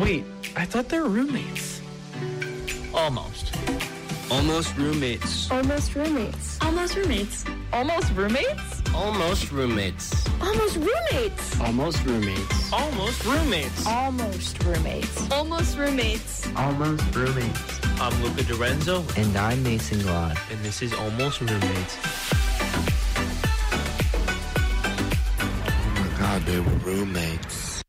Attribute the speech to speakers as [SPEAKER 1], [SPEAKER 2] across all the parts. [SPEAKER 1] Wait, I thought they were roommates.
[SPEAKER 2] Almost.
[SPEAKER 3] Almost roommates.
[SPEAKER 4] Almost roommates.
[SPEAKER 5] Almost roommates.
[SPEAKER 6] Almost roommates?
[SPEAKER 2] Almost roommates.
[SPEAKER 4] Almost roommates.
[SPEAKER 3] Almost roommates.
[SPEAKER 2] Almost roommates.
[SPEAKER 6] Almost roommates.
[SPEAKER 5] Almost roommates.
[SPEAKER 7] Almost roommates.
[SPEAKER 2] I'm Luca Dorenzo,
[SPEAKER 7] And I'm Mason Glad.
[SPEAKER 2] and this is Almost Roommates.
[SPEAKER 3] Oh my god, they were roommates.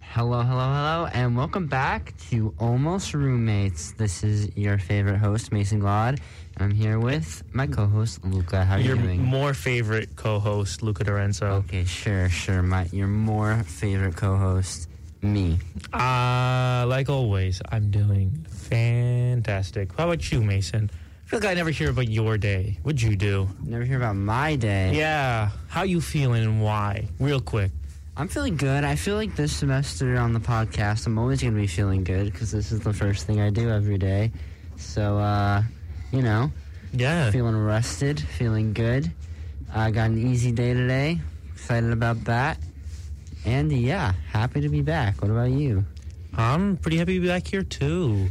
[SPEAKER 7] Hello, hello, hello, and welcome back to Almost Roommates. This is your favorite host, Mason Glad. I'm here with my co-host Luca. How are
[SPEAKER 2] Your
[SPEAKER 7] you doing?
[SPEAKER 2] more favorite co-host, Luca Dorenzo.
[SPEAKER 7] okay, sure, sure. My your more favorite co-host, me.
[SPEAKER 2] Uh, like always, I'm doing fantastic. How about you, Mason? I feel like I never hear about your day. What'd you do?
[SPEAKER 7] Never hear about my day.
[SPEAKER 2] Yeah. How you feeling and why? Real quick.
[SPEAKER 7] I'm feeling good. I feel like this semester on the podcast, I'm always going to be feeling good because this is the first thing I do every day. So, uh, you know,
[SPEAKER 2] Yeah.
[SPEAKER 7] feeling rested, feeling good. I got an easy day today. Excited about that. And yeah, happy to be back. What about you?
[SPEAKER 2] I'm pretty happy to be back here too.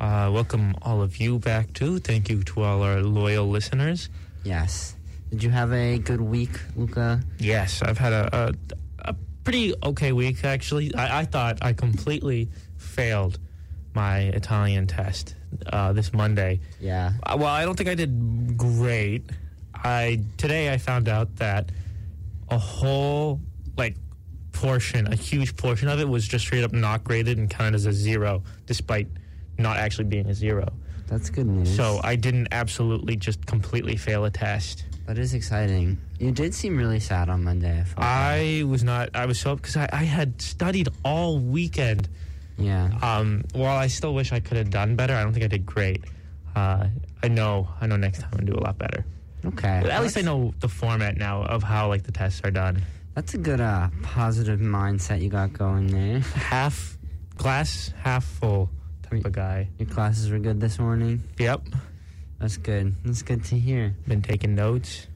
[SPEAKER 2] Uh, welcome all of you back too. Thank you to all our loyal listeners.
[SPEAKER 7] Yes. Did you have a good week, Luca?
[SPEAKER 2] Yes, I've had a a, a pretty okay week actually. I, I thought I completely failed my Italian test uh, this Monday.
[SPEAKER 7] Yeah.
[SPEAKER 2] Uh, Well, I don't think I did great. I today I found out that a whole like portion, a huge portion of it was just straight up not graded and counted as a zero, despite not actually being a zero.
[SPEAKER 7] That's good news.
[SPEAKER 2] So I didn't absolutely just completely fail a test.
[SPEAKER 7] that is exciting. You did seem really sad on Monday. I felt.
[SPEAKER 2] I was not. I was so because I, I had studied all weekend.
[SPEAKER 7] yeah.
[SPEAKER 2] Um, while I still wish I could have done better, I don't think I did great. Uh, I know. I know next time I'll do a lot better.
[SPEAKER 7] Okay.
[SPEAKER 2] But at least I
[SPEAKER 7] That's-
[SPEAKER 2] know the format now of how like the tests are done.
[SPEAKER 7] That's a good uh, positive mindset you got going there.
[SPEAKER 2] Half glass, half full type of guy.
[SPEAKER 7] Your classes were good this morning.
[SPEAKER 2] Yep.
[SPEAKER 7] That's good. That's good to hear.
[SPEAKER 2] Been taking notes.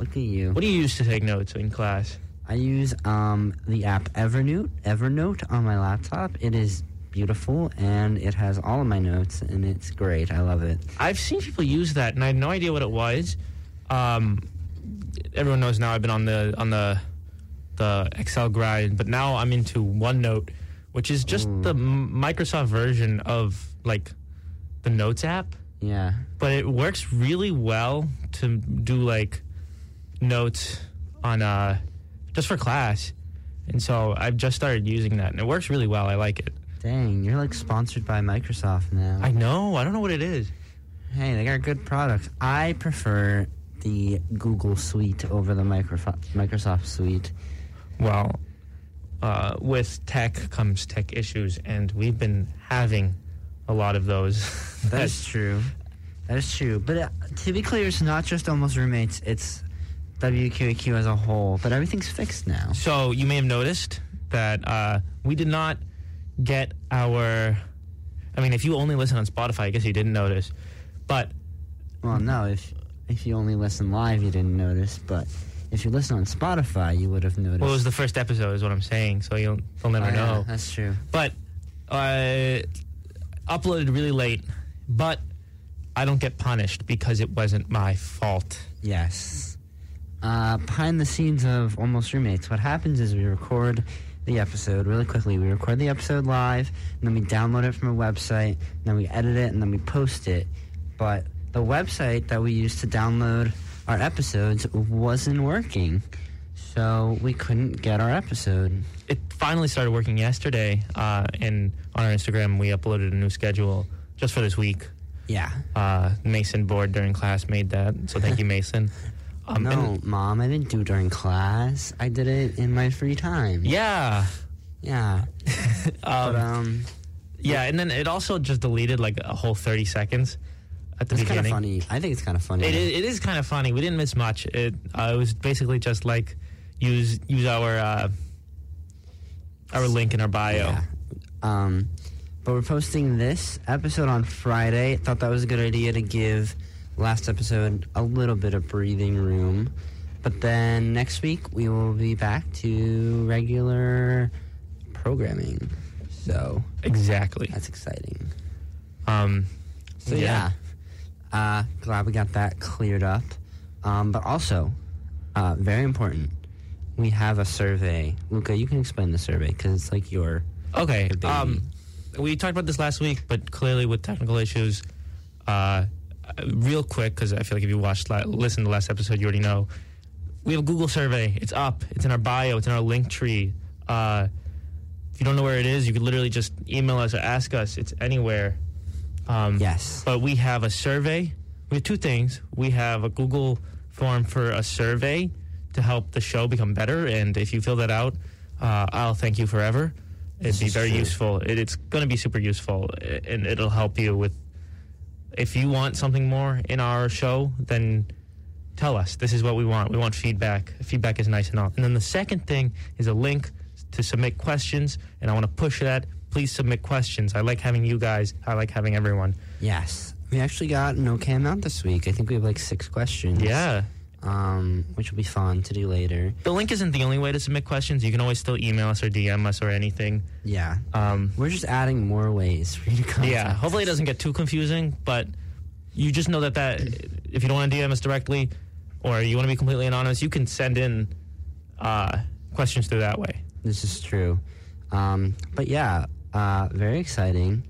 [SPEAKER 7] Look at you.
[SPEAKER 2] What do you use to take notes in class?
[SPEAKER 7] I use um, the app Evernote, Evernote on my laptop. It is beautiful and it has all of my notes and it's great. I love it.
[SPEAKER 2] I've seen people use that, and I had no idea what it was. Um, everyone knows now I've been on the on the the Excel grind, but now I'm into OneNote, which is just the M- Microsoft version of like the Notes app.
[SPEAKER 7] Yeah.
[SPEAKER 2] but it works really well to do like notes on uh just for class and so i've just started using that and it works really well i like it
[SPEAKER 7] Dang, you're like sponsored by Microsoft now.
[SPEAKER 2] i know i don't know what it is
[SPEAKER 7] hey, they got good products. I prefer the Google Suite over the Microf- Microsoft Suite.
[SPEAKER 2] well uh, with tech comes tech issues and we've been having a lot of those
[SPEAKER 7] That is true. That is true. But uh, to be clear, it's not just almost roommates. It's WQAQ as a whole. But everything's fixed now.
[SPEAKER 2] So you may have noticed that uh, we did not get our. I mean, if you only listen on Spotify, I guess you didn't notice. But
[SPEAKER 7] Well, no, if if you only listen live, you didn't notice. But if you listen on Spotify, you would have noticed.
[SPEAKER 2] well, it was the first episode, is what I'm saying. So you'll you'll never
[SPEAKER 7] Oh, yeah,
[SPEAKER 2] know.
[SPEAKER 7] that's true.
[SPEAKER 2] But uh, uploaded really late. But I don't get punished because it wasn't my fault.
[SPEAKER 7] Yes. Uh, behind the scenes of Almost Roommates, what happens is we record the episode really quickly. We record the episode live, and then we download it from a website, and then we edit it, and then we post it. But the website that we used to download our episodes wasn't working, so we couldn't get our episode.
[SPEAKER 2] it finally started working yesterday, uh, and on our Instagram we uploaded a new schedule just for this week.
[SPEAKER 7] Yeah.
[SPEAKER 2] Uh, Mason bored during class made that, so thank you, Mason. Um,
[SPEAKER 7] Oh, no,
[SPEAKER 2] and-
[SPEAKER 7] Mom, I didn't do it during class. I did it in my free time.
[SPEAKER 2] yeah,
[SPEAKER 7] Yeah. but, um,
[SPEAKER 2] yeah, and then it also just deleted like a whole thirty seconds at the
[SPEAKER 7] it's kind of
[SPEAKER 2] beginning.
[SPEAKER 7] funny. I think it's kind of funny.
[SPEAKER 2] It is, it is kind of funny. We didn't miss much. It uh, it was basically just like use use our uh, our link in our bio.
[SPEAKER 7] Yeah. Um, but we're posting this episode on Friday. Thought that was a good idea to give last episode a little bit of breathing room. But then next week we will be back to regular programming. So
[SPEAKER 2] Exactly.
[SPEAKER 7] that's exciting.
[SPEAKER 2] Um,
[SPEAKER 7] So yeah, Uh, glad we got that cleared up. Um, but also, uh, very important, we have a survey. Luca, you can explain the survey because it's like your
[SPEAKER 2] Okay.
[SPEAKER 7] Could be-
[SPEAKER 2] Um, we talked about this last week, but clearly with technical issues, uh, real quick because I feel like if you watched, la- listened to the last episode, you already know. We have a Google survey. It's up. It's in our bio. It's in our link tree. Uh, if you don't know where it is, you could literally just email us or ask us. It's anywhere. Um,
[SPEAKER 7] yes.
[SPEAKER 2] but we have a survey. We have two things. We have a Google form for a survey to help the show become better, and if you fill that out, uh, I'll thank you forever. It'd be
[SPEAKER 7] is
[SPEAKER 2] very
[SPEAKER 7] true.
[SPEAKER 2] useful. It, it's going to be super useful, i- and it'll help you with. If you want something more in our show, then tell us. This is what we want. We want feedback. Feedback is nice and all. And then the second thing is a link to submit questions, and I want to push that. Please submit questions. I like having you guys. I like having everyone.
[SPEAKER 7] Yes. We actually got an okay amount this week. I think we have like six questions.
[SPEAKER 2] Yeah.
[SPEAKER 7] Um, which will be fun to do later.
[SPEAKER 2] The link isn't the only way to submit questions. You can always still email us or DM us or anything.
[SPEAKER 7] Yeah.
[SPEAKER 2] Um,
[SPEAKER 7] We're just adding more ways for you to come.
[SPEAKER 2] yeah, hopefully it doesn't get too confusing, but you just know that that if you don't want to DM us directly or you want to be completely anonymous, you can send in uh, questions through that way.
[SPEAKER 7] This is true. Um, but yeah, uh, very exciting.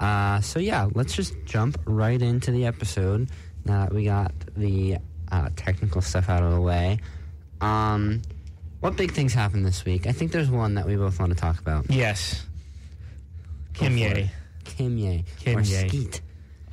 [SPEAKER 7] Uh, so yeah, let's just jump right into the episode now that we got the uh, technical stuff out of the way. Um, what big things happened this week? I think there's one that we both want to talk about.
[SPEAKER 2] Yes. Kim
[SPEAKER 7] Go for
[SPEAKER 2] Ye.
[SPEAKER 7] it. Kimye.
[SPEAKER 2] Kim
[SPEAKER 7] or
[SPEAKER 2] Ye.
[SPEAKER 7] Skeet.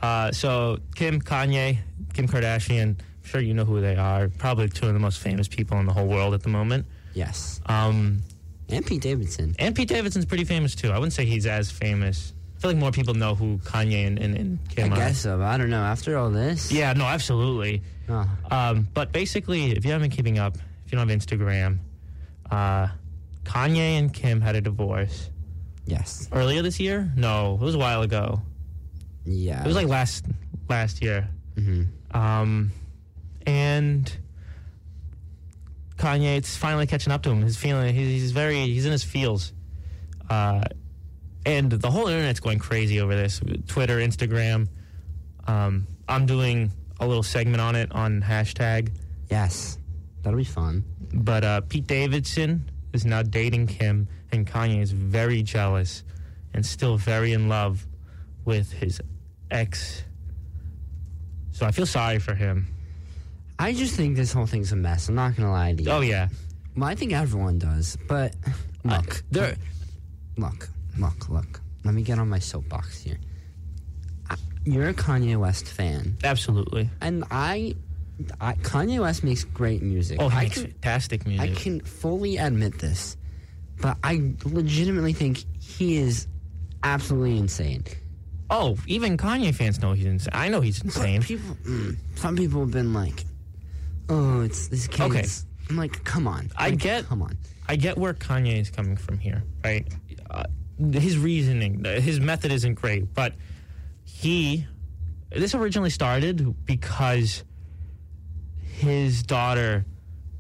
[SPEAKER 2] Uh, so Kim, Kanye, Kim Kardashian, I'm sure you know who they are. Probably two of the most famous people in the whole world at the moment.
[SPEAKER 7] Yes.
[SPEAKER 2] Um,
[SPEAKER 7] And Pete Davidson.
[SPEAKER 2] And Pete Davidson's pretty famous too. I wouldn't say he's as famous. I feel like more people know who Kanye and, and, and
[SPEAKER 7] I
[SPEAKER 2] Kim are.
[SPEAKER 7] guess so. but I don't know. After all this.
[SPEAKER 2] Yeah, no, absolutely.
[SPEAKER 7] Oh,
[SPEAKER 2] Um, but basically, if you haven't been keeping up, if you don't have Instagram, uh, Kanye and Kim had a divorce
[SPEAKER 7] yes.
[SPEAKER 2] earlier this year. No, it was a while ago.
[SPEAKER 7] Yeah.
[SPEAKER 2] It was like last last year.
[SPEAKER 7] Mhm.
[SPEAKER 2] Um, and Kanye, it's finally catching up to him. His feeling, he's, he's very, he's in his feels. Uh, and the whole internet's going crazy over this. Twitter, Instagram. Um, I'm doing a little segment on it on hashtag.
[SPEAKER 7] Yes. That'll be fun.
[SPEAKER 2] But uh, Pete Davidson is now dating Kim, and Kanye is very jealous and still very in love with his ex. So I feel sorry for him.
[SPEAKER 7] I just think this whole thing's a mess. I'm not gonna lie to you.
[SPEAKER 2] Oh yeah,
[SPEAKER 7] Well, I think everyone does, but look,
[SPEAKER 2] there.
[SPEAKER 7] look, look, look. Let me get on my soapbox here. I, you're a Kanye West fan,
[SPEAKER 2] Absolutely.
[SPEAKER 7] and I, I Kanye West makes great music.
[SPEAKER 2] Oh, he
[SPEAKER 7] I
[SPEAKER 2] makes
[SPEAKER 7] can,
[SPEAKER 2] fantastic
[SPEAKER 7] I
[SPEAKER 2] music.
[SPEAKER 7] can fully admit this, but I legitimately think he is absolutely insane.
[SPEAKER 2] oh, even Kanye fans know he's insane. I know he's insane.
[SPEAKER 7] People, mm, some people have been like, "Oh, it's this kid."
[SPEAKER 2] Okay.
[SPEAKER 7] I'm like, come on.
[SPEAKER 2] I
[SPEAKER 7] Like,
[SPEAKER 2] get-
[SPEAKER 7] Come on.
[SPEAKER 2] I get where Kanye is coming from here, right? Uh, his reasoning, his method isn't great, but he, this originally started because his daughter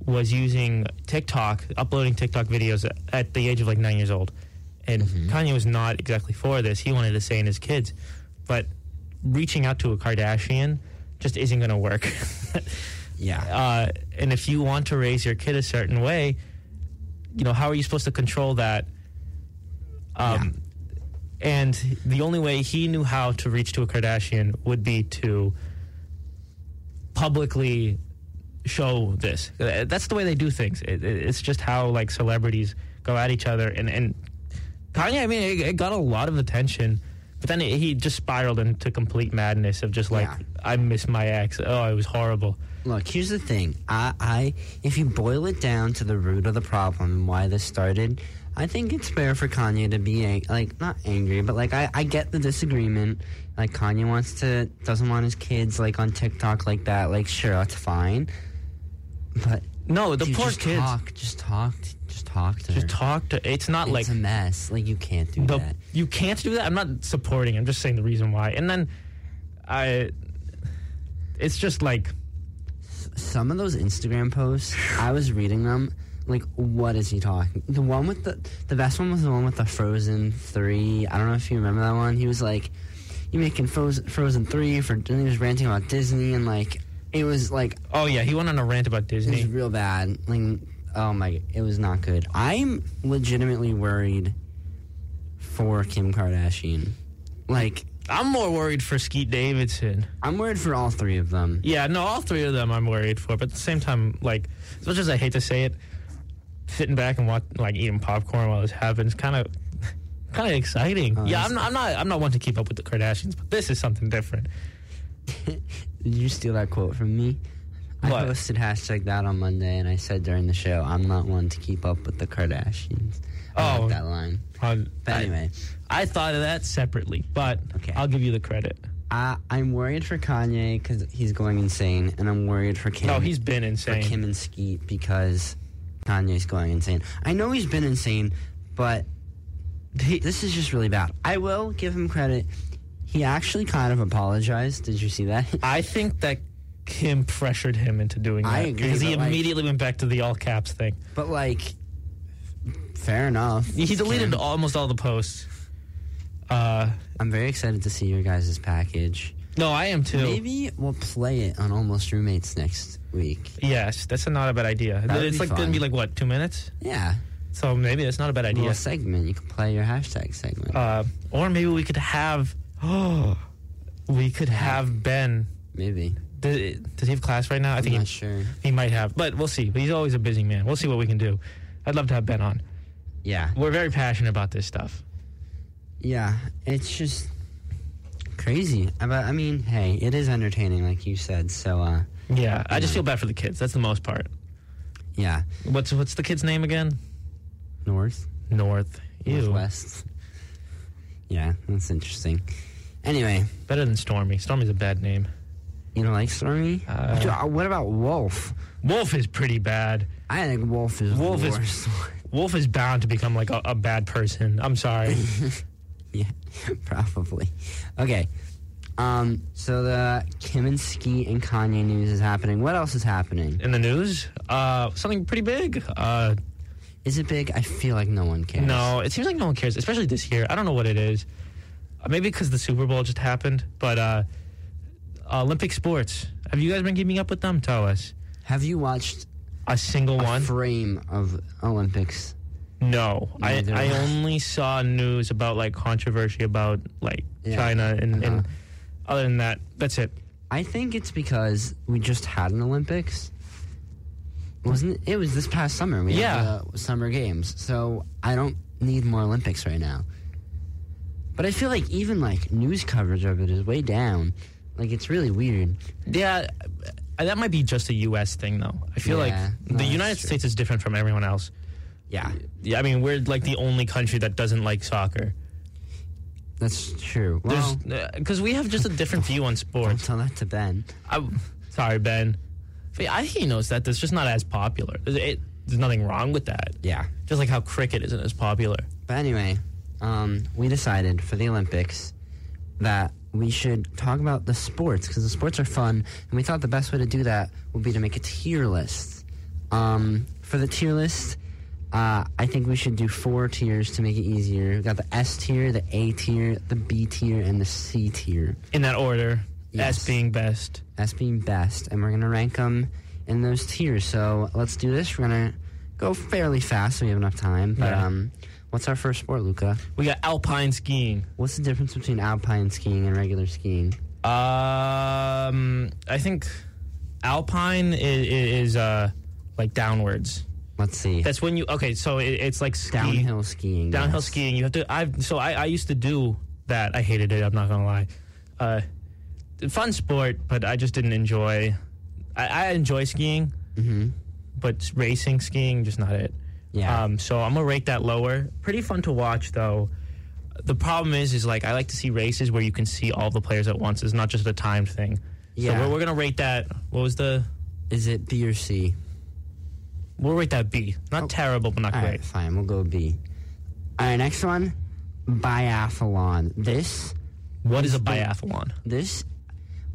[SPEAKER 2] was using TikTok, uploading TikTok videos at the age of like nine years old. And Kanye was not exactly for this. He wanted to say in his kids, but reaching out to a Kardashian just isn't going to work.
[SPEAKER 7] Yeah.
[SPEAKER 2] uh, and if you want to raise your kid a certain way, you know how are you supposed to control that? Um, And the only way he knew how to reach to a Kardashian would be to publicly show this. Uh, That's the way they do things. It, it, it's just how like celebrities go at each other. And and Kanye, I mean, it, it got a lot of attention. But then it, he just spiraled into complete madness of just like,
[SPEAKER 7] Yeah.
[SPEAKER 2] I miss my ex. Oh, it was horrible.
[SPEAKER 7] Look, here's the thing. I, I, if you boil it down to the root of the problem and why this started, I think it's fair for Kanye to be ang- like not angry, but like I, I get the disagreement. Like Kanye wants to doesn't want his kids like on TikTok like that. Like sure, that's fine. But
[SPEAKER 2] No, the
[SPEAKER 7] dude,
[SPEAKER 2] poor
[SPEAKER 7] just
[SPEAKER 2] kids.
[SPEAKER 7] Talk, just talk, to- just talk to
[SPEAKER 2] Just
[SPEAKER 7] her.
[SPEAKER 2] talk to. It's not
[SPEAKER 7] It's
[SPEAKER 2] like
[SPEAKER 7] a mess. Like you can't do
[SPEAKER 2] the
[SPEAKER 7] that.
[SPEAKER 2] you can't do that. I'm not supporting. I'm just saying the reason why. And then, I. It's just like
[SPEAKER 7] Some of those Instagram posts, I was reading them. like what is he talking? The one with the the best one was the one with the Frozen three. I don't know if you remember that one. He was like, "You making Frozen Frozen three for?" And he was ranting about Disney and like it was like
[SPEAKER 2] Oh yeah, he went on a rant about
[SPEAKER 7] it was
[SPEAKER 2] Disney.
[SPEAKER 7] real bad. Like oh my, it was not good. I'm legitimately worried for Kim Kardashian. Like
[SPEAKER 2] I'm more worried for Skeet Davidson.
[SPEAKER 7] I'm worried for all three of them.
[SPEAKER 2] Yeah, no, all three of them I'm worried for. But at the same time, like as much as I hate to say it, sitting back and watch, like eating popcorn while this happens, kind of, kind of exciting.
[SPEAKER 7] Oh,
[SPEAKER 2] yeah,
[SPEAKER 7] that's-
[SPEAKER 2] I'm not, I'm not, I'm not one to keep up with the Kardashians, but this is something different.
[SPEAKER 7] Did you steal that quote from me? I
[SPEAKER 2] What?
[SPEAKER 7] posted hashtag that on Monday, and I said during the show, "I'm not one to keep up with the Kardashians." I like
[SPEAKER 2] Oh.
[SPEAKER 7] that line.
[SPEAKER 2] On-
[SPEAKER 7] But anyway,
[SPEAKER 2] I, I thought of that separately, but
[SPEAKER 7] Okay.
[SPEAKER 2] I'll give you the credit.
[SPEAKER 7] I, I'm worried for Kanye because he's going insane, and I'm worried for Kim.
[SPEAKER 2] No, he's been
[SPEAKER 7] for
[SPEAKER 2] insane.
[SPEAKER 7] Kim and Skeet because Kanye's going insane. I know he's been insane, but he, this is just really bad. I will give him credit. He actually kind of apologized. Did you see that?
[SPEAKER 2] I think that Kim pressured him into doing that
[SPEAKER 7] I agree,
[SPEAKER 2] because he
[SPEAKER 7] but, like-
[SPEAKER 2] immediately went back to the all caps thing.
[SPEAKER 7] but like, fair enough.
[SPEAKER 2] He deleted
[SPEAKER 7] Kim.
[SPEAKER 2] almost all the posts. Uh,
[SPEAKER 7] I'm very excited to see your guys' package.
[SPEAKER 2] no, I am too.
[SPEAKER 7] Maybe we'll play it on Almost Roommates next week.
[SPEAKER 2] Yes, that's not a bad idea.
[SPEAKER 7] That would
[SPEAKER 2] it's
[SPEAKER 7] be
[SPEAKER 2] like gonna
[SPEAKER 7] fun.
[SPEAKER 2] be like what two minutes,
[SPEAKER 7] Yeah.
[SPEAKER 2] so maybe that's not a bad
[SPEAKER 7] A little
[SPEAKER 2] idea.
[SPEAKER 7] segment. You can play your hashtag segment.
[SPEAKER 2] Uh, or maybe we could have, oh, we could have Ben.
[SPEAKER 7] Maybe.
[SPEAKER 2] Did, does he have class right now? I
[SPEAKER 7] I'm
[SPEAKER 2] think
[SPEAKER 7] not
[SPEAKER 2] he,
[SPEAKER 7] sure.
[SPEAKER 2] he might have, but we'll see. But he's always a busy man. We'll see what we can do. I'd love to have Ben on.
[SPEAKER 7] Yeah.
[SPEAKER 2] We're very passionate about this stuff.
[SPEAKER 7] Yeah. It's just crazy. Uh, But I mean, hey, it is entertaining, like you said. So, uh,
[SPEAKER 2] Yeah, I just feel bad for the kids. That's the most part.
[SPEAKER 7] yeah.
[SPEAKER 2] What's what's the kid's name again?
[SPEAKER 7] North,
[SPEAKER 2] North. Ew.
[SPEAKER 7] Northwest. Yeah, that's interesting. Anyway,
[SPEAKER 2] Better than Stormy. Stormy's a bad name.
[SPEAKER 7] you don't like Stormy?
[SPEAKER 2] Uh,
[SPEAKER 7] Dude, uh, what about Wolf?
[SPEAKER 2] Wolf is pretty bad.
[SPEAKER 7] I think Wolf is
[SPEAKER 2] Wolf
[SPEAKER 7] the
[SPEAKER 2] is-
[SPEAKER 7] worst one.
[SPEAKER 2] Wolf is bound to become like a, a bad person. I'm sorry.
[SPEAKER 7] Yeah, probably. Okay. Um, so the Kim and Ski and Kanye news is happening. What else is happening?
[SPEAKER 2] in the news. Uh, something pretty big. Uh,
[SPEAKER 7] Is it big? I feel like no one cares.
[SPEAKER 2] no, it seems like no one cares, especially this year. I don't know what it is. Uh, maybe because the Super Bowl just happened, but uh, Olympic sports. Have you guys been keeping up with them? Tell us.
[SPEAKER 7] Have you watched
[SPEAKER 2] A single
[SPEAKER 7] a
[SPEAKER 2] one?
[SPEAKER 7] frame of Olympics?
[SPEAKER 2] no. I,
[SPEAKER 7] Neither.
[SPEAKER 2] I only saw news about like controversy about like
[SPEAKER 7] Yeah.
[SPEAKER 2] China and, and
[SPEAKER 7] Uh-huh.
[SPEAKER 2] other than that, that's it.
[SPEAKER 7] I think it's because we just had an Olympics. Wasn't it? It was this past summer. We
[SPEAKER 2] Yeah.
[SPEAKER 7] had the summer games. So I don't need more Olympics right now. But I feel like even like news coverage of it is way down. Like it's really weird.
[SPEAKER 2] Yeah, uh, that might be just a U.S. thing though. I feel
[SPEAKER 7] Yeah,
[SPEAKER 2] like
[SPEAKER 7] no,
[SPEAKER 2] the
[SPEAKER 7] that's
[SPEAKER 2] United
[SPEAKER 7] true.
[SPEAKER 2] States is different from everyone else.
[SPEAKER 7] Yeah.
[SPEAKER 2] Yeah, I mean, we're like the only country that doesn't like soccer.
[SPEAKER 7] That's true. Well,
[SPEAKER 2] Because we have just a different view on
[SPEAKER 7] don't
[SPEAKER 2] sports.
[SPEAKER 7] tell that to Ben.
[SPEAKER 2] I, sorry, Ben. But I think he knows that. It's just not as popular. There's, it, there's nothing wrong with that.
[SPEAKER 7] Yeah.
[SPEAKER 2] Just like how cricket isn't as popular.
[SPEAKER 7] But anyway, um, we decided for the Olympics that we should talk about the sports because the sports are fun, and we thought the best way to do that would be to make a tier list. Um, for the tier list, uh, I think we should do four tiers to make it easier. We've got the S tier, the A tier, the B tier, and the C tier.
[SPEAKER 2] In that order,
[SPEAKER 7] Yes.
[SPEAKER 2] as being best.
[SPEAKER 7] S being best, and we're gonna rank them in those tiers. So let's do this. We're gonna go fairly fast, so we have enough time. But
[SPEAKER 2] Yeah.
[SPEAKER 7] um, what's our first sport, Luca?
[SPEAKER 2] We got alpine skiing.
[SPEAKER 7] What's the difference between alpine skiing and regular skiing?
[SPEAKER 2] Um, I think alpine is, is uh, like downwards.
[SPEAKER 7] Let's see.
[SPEAKER 2] That's when you okay. So it, it's like ski,
[SPEAKER 7] downhill skiing.
[SPEAKER 2] downhill
[SPEAKER 7] yes.
[SPEAKER 2] skiing. You have to. I so I, I used to do that. I hated it. I'm not gonna lie. Uh, fun sport, but I just didn't enjoy. I, I enjoy skiing, but racing skiing just not it.
[SPEAKER 7] Mm-hmm. Yeah.
[SPEAKER 2] Um, so I'm gonna rate that lower. Pretty fun to watch though. The problem is, is like I like to see races where you can see all the players at once. It's not just a timed thing.
[SPEAKER 7] Yeah.
[SPEAKER 2] So we're, we're gonna rate that. What was the?
[SPEAKER 7] Is it B or C?
[SPEAKER 2] We'll rate that B. Not terrible, but not
[SPEAKER 7] Oh. All right,
[SPEAKER 2] great.
[SPEAKER 7] fine. We'll go B. All right, next one. Biathlon. This,
[SPEAKER 2] What is a biathlon?
[SPEAKER 7] this,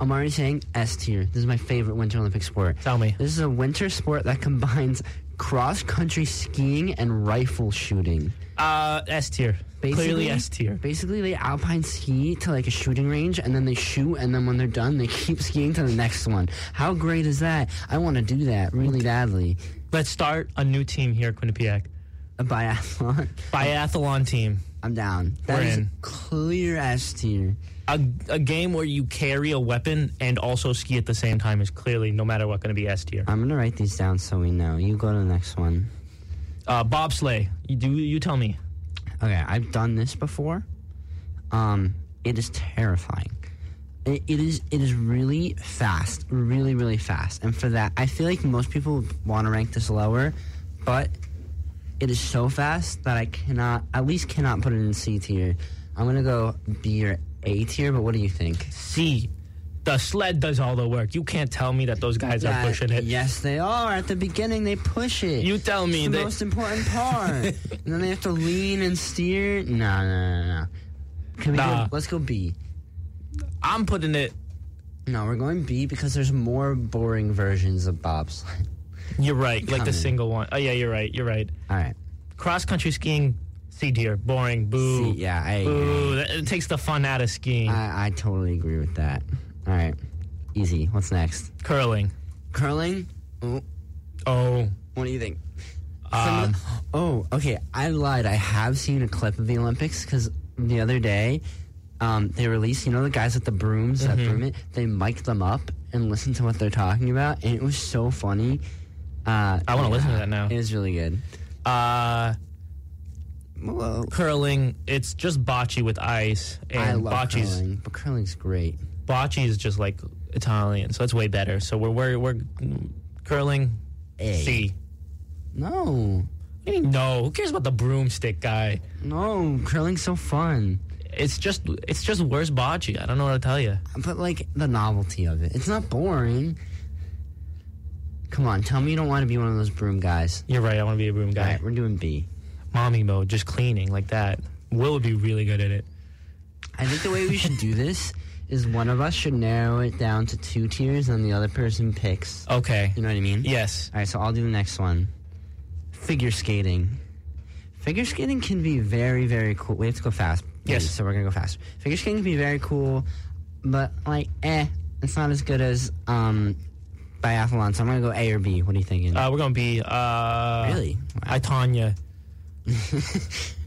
[SPEAKER 7] I'm already saying S tier. This is my favorite Winter Olympic sport.
[SPEAKER 2] Tell me.
[SPEAKER 7] This is a winter sport that combines cross country skiing and rifle shooting.
[SPEAKER 2] Uh, S tier. Clearly
[SPEAKER 7] Basically-
[SPEAKER 2] S tier.
[SPEAKER 7] Basically, they alpine ski to like a shooting range, and then they shoot, and then when they're done, they keep skiing to the next one. How great is that? I want to do that really badly.
[SPEAKER 2] Let's start a new team here at Quinnipiac.
[SPEAKER 7] A biathlon.
[SPEAKER 2] Biathlon team.
[SPEAKER 7] I'm down. That
[SPEAKER 2] We're
[SPEAKER 7] is
[SPEAKER 2] in.
[SPEAKER 7] clear S tier.
[SPEAKER 2] A, a game where you carry a weapon and also ski at the same time is clearly, no matter what, going to be S tier.
[SPEAKER 7] I'm gonna write these down so we know. You go to the next one.
[SPEAKER 2] Uh, bobsleigh. You do. You tell me.
[SPEAKER 7] Okay, I've done this before. Um, it is terrifying. It, it is it is really fast, really really fast, and for that, I feel like most people want to rank this lower, but it is so fast that I cannot, at least cannot put it in C tier. I'm gonna go B or A tier, but what do you think?
[SPEAKER 2] C. The sled does all the work. You can't tell me that those guys
[SPEAKER 7] That-
[SPEAKER 2] are pushing it.
[SPEAKER 7] Yes, they are. At the beginning, they push it.
[SPEAKER 2] You tell me
[SPEAKER 7] It's the
[SPEAKER 2] they-
[SPEAKER 7] most important part. and then they have to lean and steer. No, no, no, no. Can we
[SPEAKER 2] Nah.
[SPEAKER 7] go, let's go B.
[SPEAKER 2] I'm putting it.
[SPEAKER 7] No, we're going B because there's more boring versions of bobsled.
[SPEAKER 2] You're right. Like the
[SPEAKER 7] Coming.
[SPEAKER 2] single one. Oh yeah, you're right. You're right.
[SPEAKER 7] All right.
[SPEAKER 2] Cross country skiing. C tier. Boring. Boo.
[SPEAKER 7] C, yeah, Uh, I agree.
[SPEAKER 2] Boo. That, it takes the fun out of skiing.
[SPEAKER 7] I, I totally agree with that. All right. Easy. What's next?
[SPEAKER 2] Curling.
[SPEAKER 7] Curling? Oh,
[SPEAKER 2] Oh.
[SPEAKER 7] What do you think? Some
[SPEAKER 2] Um,
[SPEAKER 7] of the- oh, okay. I lied. I have seen a clip of the Olympics because the other day um, they released, you know, the guys with the brooms that
[SPEAKER 2] Mm-hmm.
[SPEAKER 7] broom it. They mic them up and listen to what they're talking about, and it was so funny. Uh,
[SPEAKER 2] I wanna listen to that now.
[SPEAKER 7] It was really good.
[SPEAKER 2] Uh,
[SPEAKER 7] Whoa.
[SPEAKER 2] curling. It's just bocce with ice, and
[SPEAKER 7] I love
[SPEAKER 2] bocce's
[SPEAKER 7] curling, but curling's great.
[SPEAKER 2] bocce is just like Italian, so it's way better. So we're we're, we're curling.
[SPEAKER 7] A.
[SPEAKER 2] C.
[SPEAKER 7] No,
[SPEAKER 2] What do you mean no? Who cares about the broomstick guy?
[SPEAKER 7] no, curling's so fun.
[SPEAKER 2] It's just it's just worse bocce. I don't know what to tell you.
[SPEAKER 7] But like the novelty of it, it's not boring. Come on, tell me you don't want to be one of those broom guys.
[SPEAKER 2] You're right. I want to be a broom
[SPEAKER 7] All
[SPEAKER 2] guy.
[SPEAKER 7] right, we're doing B.
[SPEAKER 2] Mommy mode, just cleaning like that. Will would be really good at it.
[SPEAKER 7] I think the way we should do this is one of us should narrow it down to two tiers, and the other person picks.
[SPEAKER 2] Okay.
[SPEAKER 7] You know what I mean?
[SPEAKER 2] Yes.
[SPEAKER 7] All right, so I'll do the next one. Figure skating. Figure skating can be very, very cool. We have to go fast.
[SPEAKER 2] Yes.
[SPEAKER 7] So we're gonna go fast. Figure skating can be very cool, but like, eh, it's not as good as um, biathlon. So I'm gonna go A or B. What are you thinking?
[SPEAKER 2] Uh, we're gonna be uh,
[SPEAKER 7] really?
[SPEAKER 2] I Tanya.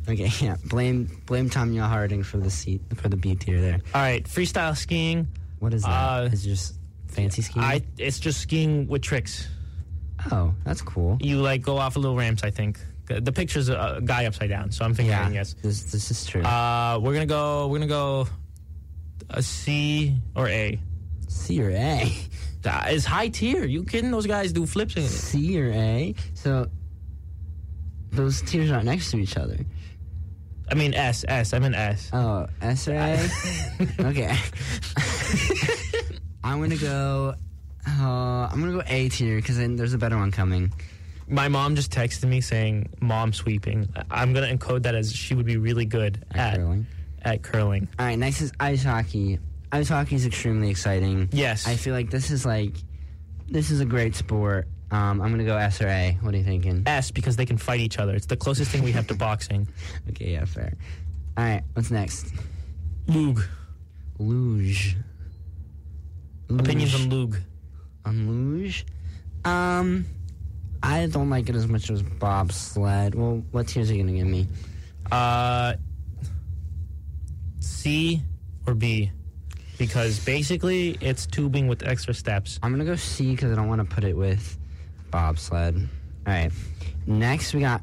[SPEAKER 7] okay. Yeah. Blame blame Tanya Harding for the seat for the B tier there.
[SPEAKER 2] All right, freestyle skiing.
[SPEAKER 7] What is that?
[SPEAKER 2] Uh,
[SPEAKER 7] it's just fancy skiing.
[SPEAKER 2] I it's just skiing with tricks.
[SPEAKER 7] oh, that's cool.
[SPEAKER 2] You like go off a little ramps. I think the picture's a a guy upside down, so I'm thinking yes.
[SPEAKER 7] This this is true.
[SPEAKER 2] Uh, we're gonna go. We're gonna go. A C or A.
[SPEAKER 7] C or A.
[SPEAKER 2] That is high tier. You kidding? Those guys do flips in it.
[SPEAKER 7] C or A. So those tiers aren't next to each other.
[SPEAKER 2] I mean S S. I'm an S.
[SPEAKER 7] Oh, S or A? okay. I'm gonna go. Uh, I'm gonna go A tier because then there's a better one coming.
[SPEAKER 2] My mom just texted me saying mom sweeping. I- I'm gonna encode that as she would be really good at
[SPEAKER 7] curling.
[SPEAKER 2] at curling.
[SPEAKER 7] All right, next is ice hockey. Ice hockey is extremely exciting.
[SPEAKER 2] Yes.
[SPEAKER 7] I feel like this is like this is a great sport. Um, I'm gonna go S or A. What are you thinking?
[SPEAKER 2] S because they can fight each other. It's the closest thing we have to boxing.
[SPEAKER 7] Okay, yeah, fair. All right, what's next?
[SPEAKER 2] Lug.
[SPEAKER 7] Luge.
[SPEAKER 2] Opinions on Lug.
[SPEAKER 7] on luge. Um, I don't like it as much as bobsled. Well, what tiers are you gonna give me?
[SPEAKER 2] Uh, C or B? Because basically it's tubing with extra steps.
[SPEAKER 7] I'm gonna go C because I don't want to put it with bobsled. All right. Next, we got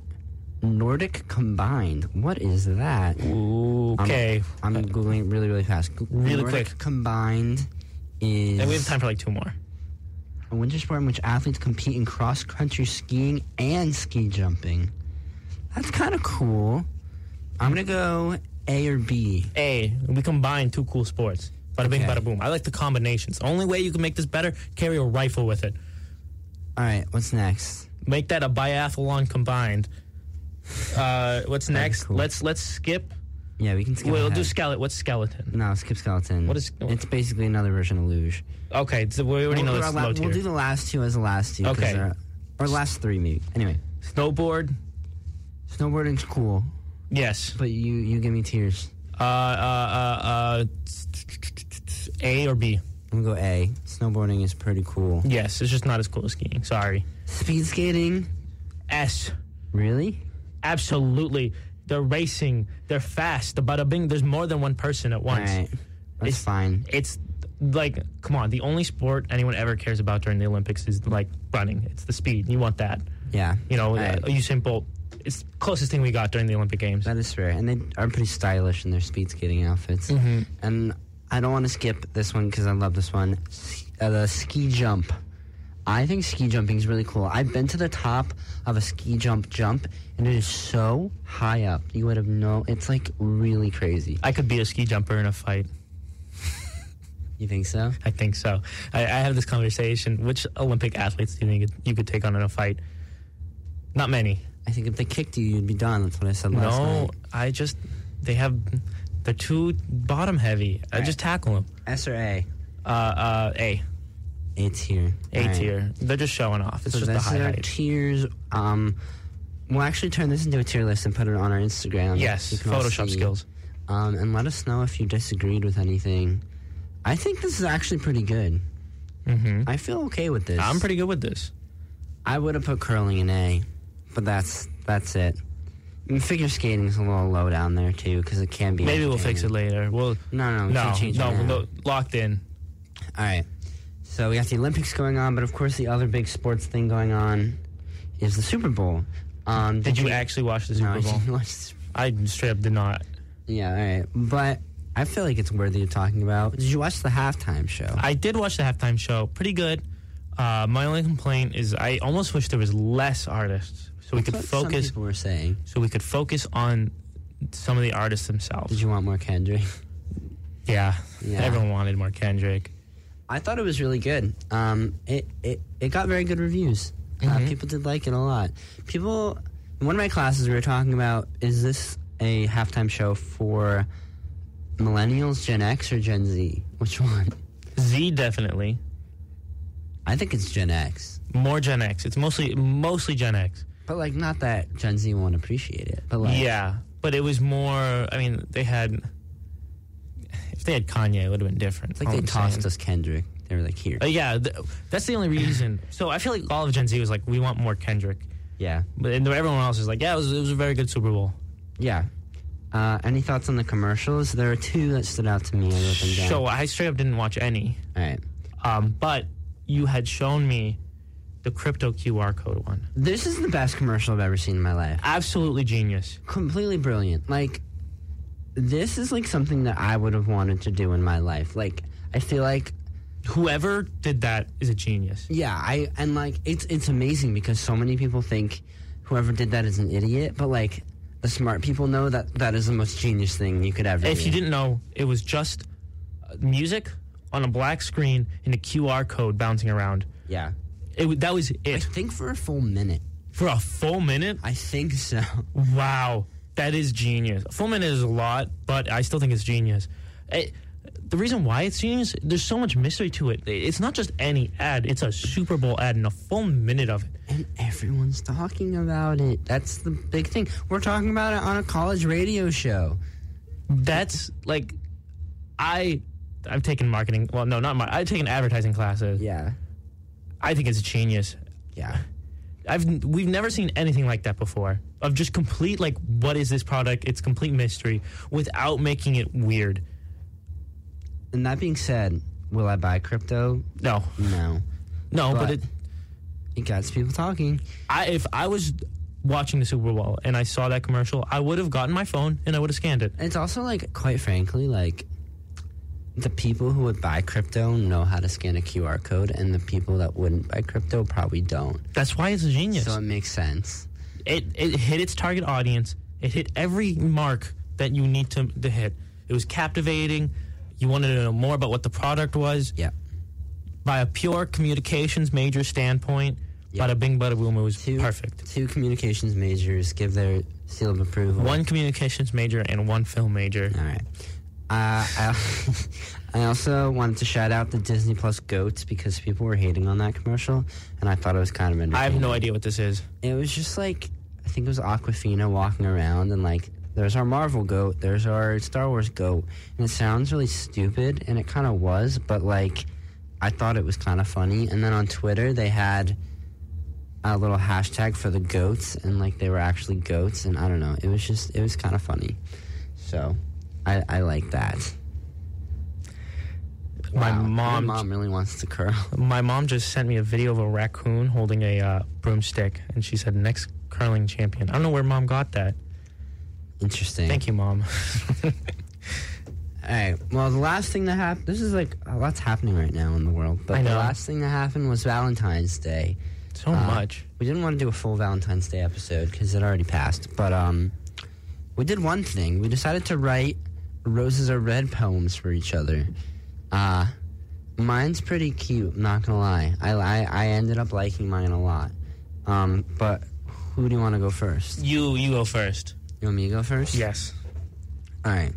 [SPEAKER 7] Nordic combined. What is that?
[SPEAKER 2] Okay.
[SPEAKER 7] I'm googling really, really fast. Go-
[SPEAKER 2] Uh, Really
[SPEAKER 7] Nordic
[SPEAKER 2] quick.
[SPEAKER 7] Combined is
[SPEAKER 2] and we have time for like two more.
[SPEAKER 7] a winter sport in which athletes compete in cross-country skiing and ski jumping. That's kind of cool. I'm gonna go A or B.
[SPEAKER 2] A, we combine two cool sports. Bada bing,
[SPEAKER 7] Okay.
[SPEAKER 2] bada boom. I like the combinations. Only way you can make this better, carry a rifle with it.
[SPEAKER 7] All right, what's next?
[SPEAKER 2] Make that a biathlon combined. Uh, what's next?
[SPEAKER 7] cool.
[SPEAKER 2] Let's let's skip.
[SPEAKER 7] Yeah, we can skip.
[SPEAKER 2] we'll do
[SPEAKER 7] ahead.
[SPEAKER 2] skeleton. What's skeleton?
[SPEAKER 7] no skip skeleton.
[SPEAKER 2] What is-
[SPEAKER 7] It's basically another version of luge.
[SPEAKER 2] Okay, so we already know
[SPEAKER 7] we'll,
[SPEAKER 2] that's
[SPEAKER 7] we'll-
[SPEAKER 2] low
[SPEAKER 7] we'll
[SPEAKER 2] tier.
[SPEAKER 7] do the last two as the last two. 'cause
[SPEAKER 2] Okay.
[SPEAKER 7] they're- or last three maybe. Anyway,
[SPEAKER 2] Snowboard.
[SPEAKER 7] snowboarding's cool,
[SPEAKER 2] Yes.
[SPEAKER 7] but you you give me tears.
[SPEAKER 2] Uh, uh, uh, uh, A or B.
[SPEAKER 7] I'm gonna go A. Snowboarding is pretty cool.
[SPEAKER 2] Yes, it's just not as cool as skiing. Sorry.
[SPEAKER 7] Speed skating,
[SPEAKER 2] S.
[SPEAKER 7] really?
[SPEAKER 2] Absolutely. They're racing. They're fast. The bada bing. There's more than one person at
[SPEAKER 7] All
[SPEAKER 2] once.
[SPEAKER 7] right, that's
[SPEAKER 2] It's-
[SPEAKER 7] fine.
[SPEAKER 2] It's like, come on. The only sport anyone ever cares about during the Olympics is like running. It's the speed. You want that.
[SPEAKER 7] Yeah,
[SPEAKER 2] You know,
[SPEAKER 7] All right.
[SPEAKER 2] uh, Usain Bolt. It's the closest thing we got during the Olympic Games.
[SPEAKER 7] That is fair, and they are pretty stylish in their speed skating outfits.
[SPEAKER 2] Mm-hmm.
[SPEAKER 7] And I don't want to skip this one because I love this one. S- Uh, the ski jump. I think ski jumping is really cool. I've been to the top of a ski jump jump, and it is so high up. You would have no. It's like really crazy.
[SPEAKER 2] I could be a ski jumper in a fight.
[SPEAKER 7] You think so?
[SPEAKER 2] I think so. I, I have this conversation. Which Olympic athletes do you think you could take on in a fight? Not many.
[SPEAKER 7] I think if they kicked you, you'd be done. That's what I said last
[SPEAKER 2] no,
[SPEAKER 7] night.
[SPEAKER 2] I just they have they're too bottom heavy. I just tackle them.
[SPEAKER 7] S or A?
[SPEAKER 2] Uh, uh, a
[SPEAKER 7] A tier.
[SPEAKER 2] a
[SPEAKER 7] All right.
[SPEAKER 2] tier. They're just showing off. It's
[SPEAKER 7] So
[SPEAKER 2] just the
[SPEAKER 7] that's
[SPEAKER 2] high
[SPEAKER 7] our
[SPEAKER 2] height.
[SPEAKER 7] tiers. Um, we'll actually turn this into a tier list and put it on our Instagram.
[SPEAKER 2] yes,
[SPEAKER 7] You can all
[SPEAKER 2] Photoshop
[SPEAKER 7] see.
[SPEAKER 2] skills.
[SPEAKER 7] Um, and let us know if you disagreed with anything. I think this is actually pretty good.
[SPEAKER 2] hmm
[SPEAKER 7] I feel okay with this.
[SPEAKER 2] I'm pretty good with this.
[SPEAKER 7] I would have put curling in A, but that's that's it. And figure skating's a little low down there too because it can be.
[SPEAKER 2] Maybe we'll fix it
[SPEAKER 7] entertaining.
[SPEAKER 2] later. We'll
[SPEAKER 7] No, no, we
[SPEAKER 2] no
[SPEAKER 7] should change it
[SPEAKER 2] no,
[SPEAKER 7] now.
[SPEAKER 2] no locked in.
[SPEAKER 7] All right. So we got the Olympics going on, but of course the other big sports thing going on is the Super Bowl. Um,
[SPEAKER 2] Did you actually watch the
[SPEAKER 7] No, I
[SPEAKER 2] Super Bowl?
[SPEAKER 7] didn't watch the Super
[SPEAKER 2] I straight up did not.
[SPEAKER 7] Yeah, all right. But I feel like it's worthy of talking about. Did you watch the halftime show?
[SPEAKER 2] I did watch the halftime show. Pretty good. Uh, my only complaint is I almost wish there was less artists so we could
[SPEAKER 7] That's what Some
[SPEAKER 2] focus.
[SPEAKER 7] people were saying.
[SPEAKER 2] So we could focus on some of the artists
[SPEAKER 7] Did
[SPEAKER 2] themselves.
[SPEAKER 7] you want more Kendrick?
[SPEAKER 2] Yeah,
[SPEAKER 7] Yeah.
[SPEAKER 2] everyone wanted more Kendrick.
[SPEAKER 7] I thought it was really good. Um, it it it got very good reviews. Uh, people did like it a lot. People. In one of my classes, we were talking about is this a halftime show for millennials, Gen X, or Gen Z? Which one?
[SPEAKER 2] Z definitely
[SPEAKER 7] I think it's Gen X,
[SPEAKER 2] more Gen X. It's mostly mostly Gen X.
[SPEAKER 7] but like not that Gen Z won't appreciate it. But like,
[SPEAKER 2] Yeah, but it was more. I mean, they had. If they had Kanye, it would have been different.
[SPEAKER 7] it's like
[SPEAKER 2] all
[SPEAKER 7] they
[SPEAKER 2] I'm
[SPEAKER 7] tossed
[SPEAKER 2] saying.
[SPEAKER 7] us Kendrick. They were like, here,
[SPEAKER 2] Uh, yeah, th- that's the only reason. so I feel like all of Gen Z was like, "We want more Kendrick,"
[SPEAKER 7] yeah,
[SPEAKER 2] but and everyone else is like, "Yeah, it was, it was a very good Super Bowl."
[SPEAKER 7] yeah. Uh, any thoughts on the commercials? There are two that stood out to me. I wrote them down.
[SPEAKER 2] So I straight up didn't watch any.
[SPEAKER 7] All right.
[SPEAKER 2] Um, but you had shown me the crypto QR code one.
[SPEAKER 7] This is the best commercial I've ever seen in my life.
[SPEAKER 2] Absolutely genius.
[SPEAKER 7] Completely brilliant. Like, this is like something that I would have wanted to do in my life. Like, I feel like,
[SPEAKER 2] Whoever did that is a genius.
[SPEAKER 7] yeah, I and like it's it's amazing because so many people think whoever did that is an idiot, but like the smart people know that that is the most genius thing you could ever.
[SPEAKER 2] If
[SPEAKER 7] do.
[SPEAKER 2] you didn't know, it was just uh, music on a black screen and a QR code bouncing around.
[SPEAKER 7] yeah,
[SPEAKER 2] It wa- that was
[SPEAKER 7] I
[SPEAKER 2] it
[SPEAKER 7] think for a full minute.
[SPEAKER 2] for a full minute.
[SPEAKER 7] I think so.
[SPEAKER 2] Wow, that is genius. A full minute is a lot, but I still think it's genius. It- the reason why it's genius, there's so much mystery to it. It's not just any ad; it's a Super Bowl ad and a full minute of it.
[SPEAKER 7] And everyone's talking about it. That's the big thing. We're talking about it on a college radio show.
[SPEAKER 2] that's like i i've taken marketing well no not my i've taken advertising classes
[SPEAKER 7] Yeah.
[SPEAKER 2] i think it's genius
[SPEAKER 7] Yeah.
[SPEAKER 2] i've we've never seen anything like that before of just complete like what is this product it's complete mystery without making it weird
[SPEAKER 7] And that being said, will I buy crypto?
[SPEAKER 2] no
[SPEAKER 7] No.
[SPEAKER 2] no but,
[SPEAKER 7] But-
[SPEAKER 2] it
[SPEAKER 7] It gets people talking.
[SPEAKER 2] i if i was watching the super bowl and i saw that commercial i would have gotten my phone and i would have scanned it
[SPEAKER 7] It's also like, quite frankly, like the people who would buy crypto know how to scan a QR code, and the people that wouldn't buy crypto probably don't.
[SPEAKER 2] that's why it's a genius
[SPEAKER 7] So it makes sense.
[SPEAKER 2] it it hit its target audience. It hit every mark that you need to, to hit. It was captivating. You wanted to know more about what the product was.
[SPEAKER 7] Yeah.
[SPEAKER 2] By a pure communications major standpoint,
[SPEAKER 7] Yeah.
[SPEAKER 2] bada bing, bada boom, it was
[SPEAKER 7] Two,
[SPEAKER 2] perfect.
[SPEAKER 7] Two communications majors give their seal of approval.
[SPEAKER 2] One communications major and one film major.
[SPEAKER 7] All right. Uh, I, I also wanted to shout out the Disney Plus goats because people were hating on that commercial, and I thought it was kind of
[SPEAKER 2] I
[SPEAKER 7] entertaining.
[SPEAKER 2] have no idea what this is.
[SPEAKER 7] It was just like I think it was Aquafina walking around and like there's our Marvel goat, there's our Star Wars goat, and it sounds really stupid, and it kind of was, but like I thought it was kind of funny. And then on Twitter they had a little hashtag for the goats, and like they were actually goats, and I don't know, it was just it was kind of funny. So I I like that.
[SPEAKER 2] My
[SPEAKER 7] Wow,
[SPEAKER 2] mom,
[SPEAKER 7] my mom really wants to curl.
[SPEAKER 2] my mom just sent me a video of a raccoon holding a uh, broomstick, and she said, "Next curling champion." I don't know where mom got that.
[SPEAKER 7] Interesting.
[SPEAKER 2] Thank you, mom.
[SPEAKER 7] All right. Well, the last thing that happened. This is like a lot's happening right now in the world. But
[SPEAKER 2] I
[SPEAKER 7] the
[SPEAKER 2] know.
[SPEAKER 7] last thing that happened was Valentine's Day.
[SPEAKER 2] so
[SPEAKER 7] Uh,
[SPEAKER 2] much.
[SPEAKER 7] We didn't want to do a full Valentine's Day episode because it already passed. But um, we did one thing. We decided to write roses are red poems for each other. Uh, mine's pretty cute. Not gonna lie. I I, I ended up liking mine a lot. Um, but who do you want to go first?
[SPEAKER 2] You you go first.
[SPEAKER 7] You want me to go first?
[SPEAKER 2] Yes.
[SPEAKER 7] All right.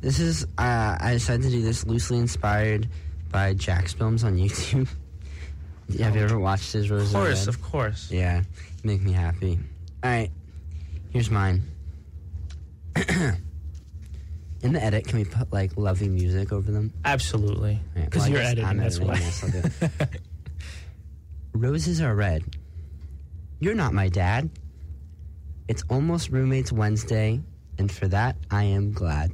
[SPEAKER 7] This is uh, I decided to do this loosely inspired by Jack's films on YouTube. Have you ever watched his Rose?
[SPEAKER 2] Of course, of course.
[SPEAKER 7] Yeah, make me happy. All right, here's mine. In the edit, can we put like lovey music over them?
[SPEAKER 2] Absolutely.
[SPEAKER 7] All right, well, I
[SPEAKER 2] Because you're
[SPEAKER 7] guess
[SPEAKER 2] editing,
[SPEAKER 7] I'm
[SPEAKER 2] that's why.
[SPEAKER 7] this, I'll do it. Roses are red. You're not my dad. It's almost roommates Wednesday, and for that I am glad.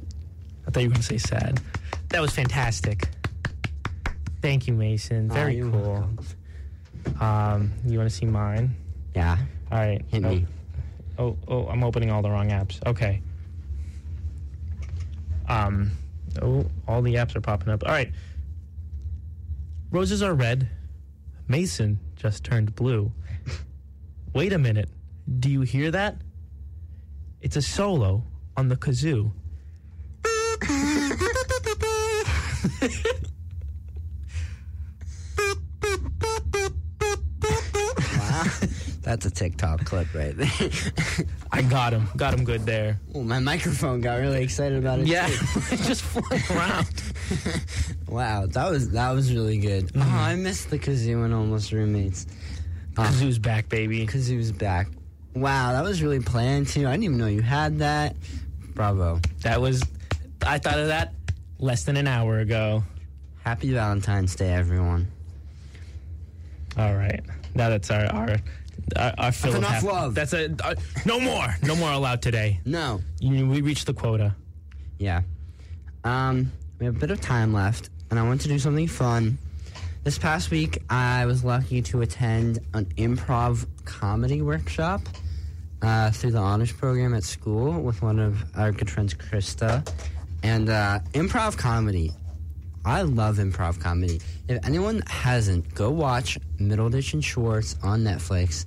[SPEAKER 2] I thought you were going to say sad. That was fantastic. Thank you, Mason. Very
[SPEAKER 7] you're
[SPEAKER 2] cool.
[SPEAKER 7] welcome.
[SPEAKER 2] Um, you want to see mine?
[SPEAKER 7] Yeah,
[SPEAKER 2] All right.
[SPEAKER 7] hit me.
[SPEAKER 2] Oh, oh, I'm opening all the wrong apps. Okay. Um, oh, all the apps are popping up. All right. Roses are red. Mason just turned blue. Wait a minute. Do you hear that? It's a solo on the kazoo.
[SPEAKER 7] That's a TikTok clip right there.
[SPEAKER 2] I got him. Got him good there.
[SPEAKER 7] Ooh, my microphone got really excited about it.
[SPEAKER 2] Yeah.
[SPEAKER 7] too.
[SPEAKER 2] just flying around.
[SPEAKER 7] Wow, that was that was really good. Oh, I missed the kazoo and almost roommates.
[SPEAKER 2] Kazoo's back, baby.
[SPEAKER 7] Kazoo's back. Wow, that was really planned too. I didn't even know you had that. Bravo.
[SPEAKER 2] That was, I thought of that less than an hour ago.
[SPEAKER 7] Happy Valentine's Day, everyone.
[SPEAKER 2] All right. Now that's our our our, our fill of
[SPEAKER 7] enough
[SPEAKER 2] hap-
[SPEAKER 7] love.
[SPEAKER 2] That's a uh, no more. No more allowed today.
[SPEAKER 7] No.
[SPEAKER 2] You, we reached the quota.
[SPEAKER 7] Yeah. Um, we have a bit of time left, and I want to do something fun. This past week, I was lucky to attend an improv comedy workshop uh, through the honors program at school with one of our good friends, Krista. And uh, improv comedy. I love improv comedy. If anyone hasn't, go watch Middleditch and Schwartz on Netflix.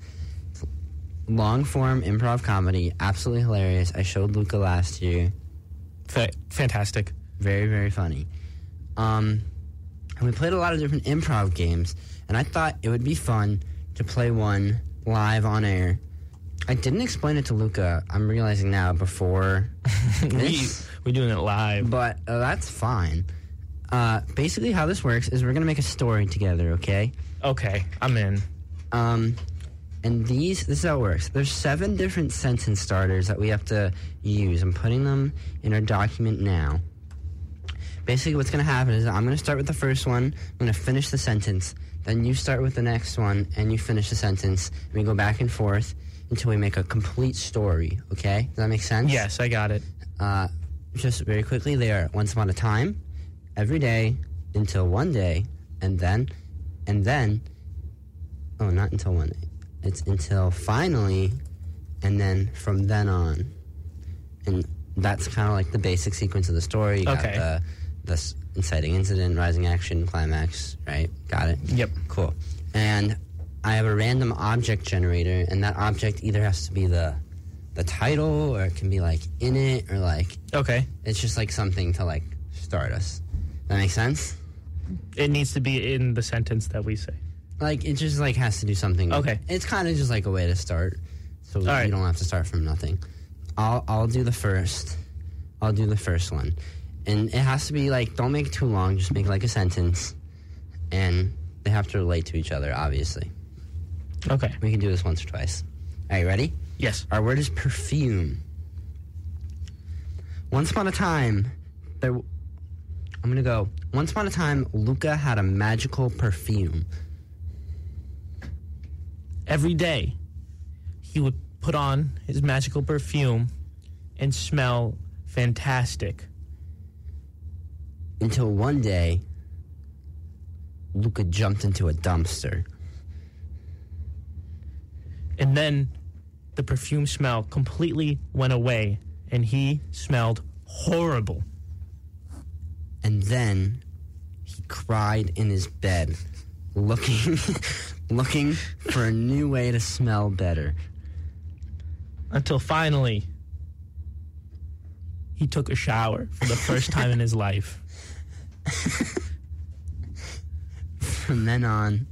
[SPEAKER 7] Long form improv comedy, absolutely hilarious. I showed Luca last year
[SPEAKER 2] Fa- fantastic.
[SPEAKER 7] very very funny um, and we played a lot of different improv games and i thought it would be fun to play one live on air i didn't explain it to luca i'm realizing now before
[SPEAKER 2] We
[SPEAKER 7] this
[SPEAKER 2] we're doing it live.
[SPEAKER 7] but uh, that's fine uh, basically how this works is we're gonna make a story together okay
[SPEAKER 2] Okay, I'm in.
[SPEAKER 7] um, and these, this is how it works. There's seven different sentence starters that we have to use. I'm putting them in our document now. Basically, what's going to happen is I'm going to start with the first one. I'm going to finish the sentence. Then you start with the next one, and you finish the sentence. And we go back and forth until we make a complete story. Okay? Does that make sense?
[SPEAKER 2] Yes, I got it.
[SPEAKER 7] Uh, just very quickly, they are once upon a time, every day, until one day, and then, and then, oh, not until one day. It's until finally, and then from then on. And that's kind of like the basic sequence of the story. You
[SPEAKER 2] Okay.
[SPEAKER 7] Got the, the s- inciting incident, rising action, climax, right? Got it?
[SPEAKER 2] Yep.
[SPEAKER 7] Cool. And I have a random object generator, and that object either has to be the the title, or it can be like in it, or like
[SPEAKER 2] Okay,
[SPEAKER 7] it's just like something to like start us. That makes sense.
[SPEAKER 2] it needs to be in the sentence that we say.
[SPEAKER 7] Like it just like has to do something.
[SPEAKER 2] Okay.
[SPEAKER 7] It's kind of just like a way to start, so we,
[SPEAKER 2] right.
[SPEAKER 7] you don't have to start from nothing. I'll I'll do the first. I'll do the first one, And it has to be like, don't make it too long, just make like a sentence. And they have to relate to each other, obviously.
[SPEAKER 2] Okay.
[SPEAKER 7] We can do this once or twice. All right, ready?
[SPEAKER 2] Yes.
[SPEAKER 7] Our word is perfume. Once upon a time, there. w- I'm gonna go. Once upon a time, Luca had a magical perfume.
[SPEAKER 2] Every day, he would put on his magical perfume and smell fantastic.
[SPEAKER 7] Until one day, Luca jumped into a dumpster.
[SPEAKER 2] And then the perfume smell completely went away, and he smelled horrible.
[SPEAKER 7] and then he cried in his bed looking looking for a new way to smell better
[SPEAKER 2] Until finally, he took a shower for the first time in his life.
[SPEAKER 7] from then on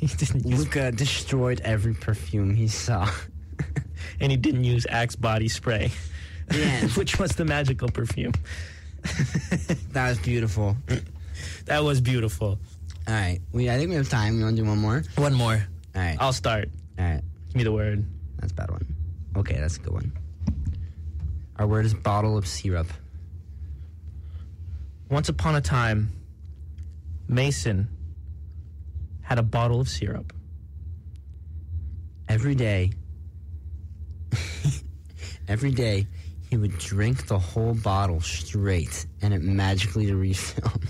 [SPEAKER 2] He didn't use,
[SPEAKER 7] luca destroyed every perfume he saw
[SPEAKER 2] and he didn't use Axe body spray,
[SPEAKER 7] yeah
[SPEAKER 2] which was the magical perfume.
[SPEAKER 7] that was beautiful all
[SPEAKER 2] That was beautiful.
[SPEAKER 7] right we i think we have time you want to do one more
[SPEAKER 2] One more.
[SPEAKER 7] all right all
[SPEAKER 2] I'll start.
[SPEAKER 7] right
[SPEAKER 2] Give me the word.
[SPEAKER 7] that's a bad one okay that's a good one our word is bottle of syrup
[SPEAKER 2] Once upon a time, Mason had a bottle of syrup.
[SPEAKER 7] every day every day he would drink the whole bottle straight and it magically refilled